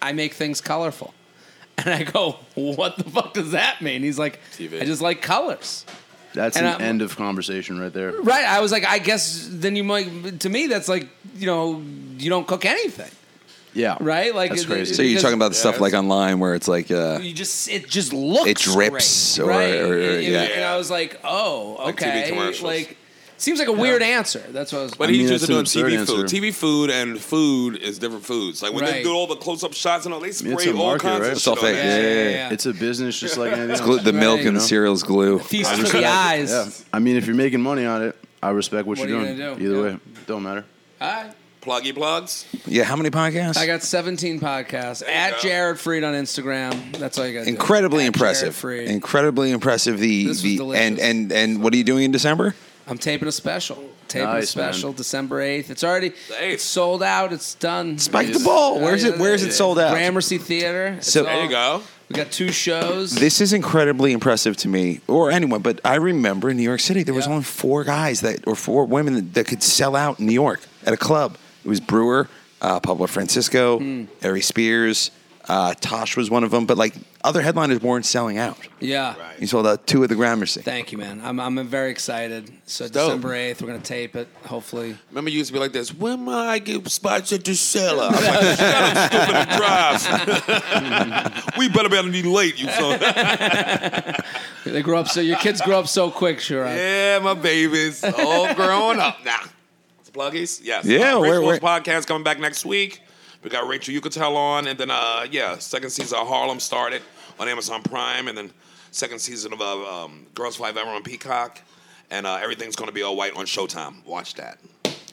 Speaker 2: "I make things colorful." <laughs> And I go, "What the fuck does that mean?" He's like,
Speaker 3: TV.
Speaker 2: "I just like colors."
Speaker 5: that's an
Speaker 2: and I'm-
Speaker 5: end of conversation right there.
Speaker 2: Right? I was like, "I guess then you might." To me, that's like you know, you don't cook anything,
Speaker 5: Yeah,
Speaker 2: right? Like
Speaker 5: that's
Speaker 2: it-
Speaker 5: crazy.
Speaker 1: So you're talking about the stuff
Speaker 3: Yeah.
Speaker 1: like online where it's like uh,
Speaker 2: you just it just looks
Speaker 1: It drips
Speaker 2: great,
Speaker 1: or-
Speaker 2: right?
Speaker 1: or- or-
Speaker 2: and, and-
Speaker 1: yeah.
Speaker 2: and I was like, oh,
Speaker 3: TV
Speaker 2: okay, like,
Speaker 3: commercials.
Speaker 2: seems like a weird answer. That's what I was.
Speaker 3: <laughs> But
Speaker 5: I
Speaker 3: he's
Speaker 5: mean,
Speaker 3: just
Speaker 5: that's an
Speaker 3: doing
Speaker 5: absurd
Speaker 3: TV
Speaker 5: answer.
Speaker 3: food. TV food and food is different foods. Like when
Speaker 2: Right.
Speaker 3: they do all the close-up shots and all, they spray
Speaker 5: a
Speaker 3: all
Speaker 5: market,
Speaker 3: kinds
Speaker 5: right?
Speaker 3: of
Speaker 5: It's
Speaker 1: all
Speaker 3: shit on
Speaker 1: fake.
Speaker 3: that
Speaker 1: Yeah,
Speaker 3: shit.
Speaker 1: yeah,
Speaker 2: yeah.
Speaker 5: It's a business just like anything.
Speaker 1: glue,
Speaker 5: else.
Speaker 1: the milk and
Speaker 2: Right.
Speaker 1: the cereal's glue.
Speaker 2: Feast for the eyes.
Speaker 5: Yeah, I mean, if you're making money on it, I respect what,
Speaker 2: What
Speaker 5: you're
Speaker 2: are you
Speaker 5: doing.
Speaker 2: gonna do?
Speaker 5: Either
Speaker 2: Yeah.
Speaker 5: way, don't matter.
Speaker 2: All right.
Speaker 3: Pluggy plugs.
Speaker 1: Yeah, how many podcasts?
Speaker 2: I got 17 podcasts
Speaker 3: you
Speaker 2: at
Speaker 3: go.
Speaker 2: Jared Freed on Instagram. That's all you got.
Speaker 1: Incredibly
Speaker 2: do. At Jared
Speaker 1: impressive.
Speaker 2: Freed.
Speaker 1: Incredibly impressive. The
Speaker 2: This was
Speaker 1: the
Speaker 2: delicious.
Speaker 1: and and and what are you doing in December?
Speaker 2: I'm taping a special. Taping a
Speaker 5: Nice, man.
Speaker 2: special December 8th. It's already
Speaker 3: Hey.
Speaker 2: it's sold out. It's done.
Speaker 1: Spike the
Speaker 5: Yes.
Speaker 1: ball. Where's it? Where's it sold out?
Speaker 2: Gramercy Theater. It's
Speaker 1: So-
Speaker 2: all-
Speaker 3: There you go.
Speaker 2: We got two shows.
Speaker 1: This is incredibly impressive to me, or anyone. But I remember in New York City, there was
Speaker 2: Yeah.
Speaker 1: only four guys that, or four women that, that could sell out in New York at a club. It was Brewer, uh, Pablo Francisco,
Speaker 2: Hmm.
Speaker 1: Ari Spears, uh, Tosh was one of them. But like other headliners weren't selling out.
Speaker 2: yeah.
Speaker 3: Right.
Speaker 1: He sold out two of the Gramercy.
Speaker 2: Thank you, man. I'm I'm very excited. So
Speaker 3: dope.
Speaker 2: December 8th, we're gonna tape it. Hopefully,
Speaker 3: Remember, you used to be like this. When might I get spots at the cellar? I'm like, <laughs> shut up, stupid and drive. <laughs> we better be able to be late, you son.
Speaker 2: they grow up so your kids grow up so quick, sure.
Speaker 3: yeah, my babies, all grown up now. It's pluggies, yes.
Speaker 1: Yeah,
Speaker 3: uh,
Speaker 1: we're-
Speaker 3: Rachel's
Speaker 1: we're-
Speaker 3: podcast coming back next week. We got Rachel Yucatel on, and then uh, yeah, second season of Harlem started on Amazon Prime, and then second season of uh, um, Girls Five Ever on Peacock, and uh, everything's gonna be all white on Showtime. Watch that.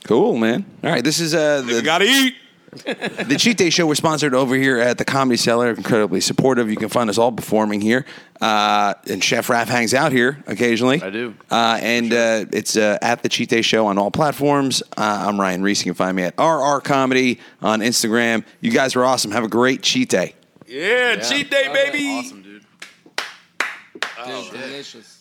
Speaker 1: Cool, man. All right, this is uh,
Speaker 3: You
Speaker 1: the
Speaker 3: gotta eat.
Speaker 1: The Cheat Day Show, we're sponsored over here at the Comedy Cellar. Incredibly supportive. You can find us all performing here. Uh, and Chef Raph hangs out here occasionally.
Speaker 5: I do.
Speaker 1: Uh, and uh, it's uh, at the Cheat Day Show on all platforms. Uh, I'm Ryan Reese. You can find me at RR Comedy on Instagram. You guys were awesome. Have a great cheat day.
Speaker 3: Yeah, cheat day, baby.
Speaker 5: Awesome, dude.
Speaker 2: Delicious.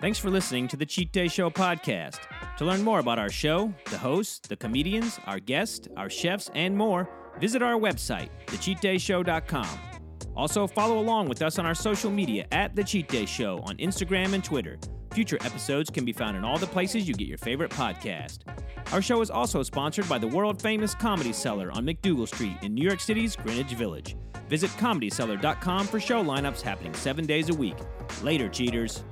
Speaker 6: Thanks for listening to the Cheat Day Show podcast. To learn more about our show, the hosts, the comedians, our guests, our chefs, and more, visit our website, thecheatdayshow.com. Also, follow along with us on our social media at The Cheat Day Show on Instagram and Twitter. Future episodes can be found in all the places you get your favorite podcast. Our show is also sponsored by the world famous Comedy Cellar on McDougal Street in New York City's Greenwich Village. Visit comedycellar.com for show lineups happening seven days a week. Later, cheaters.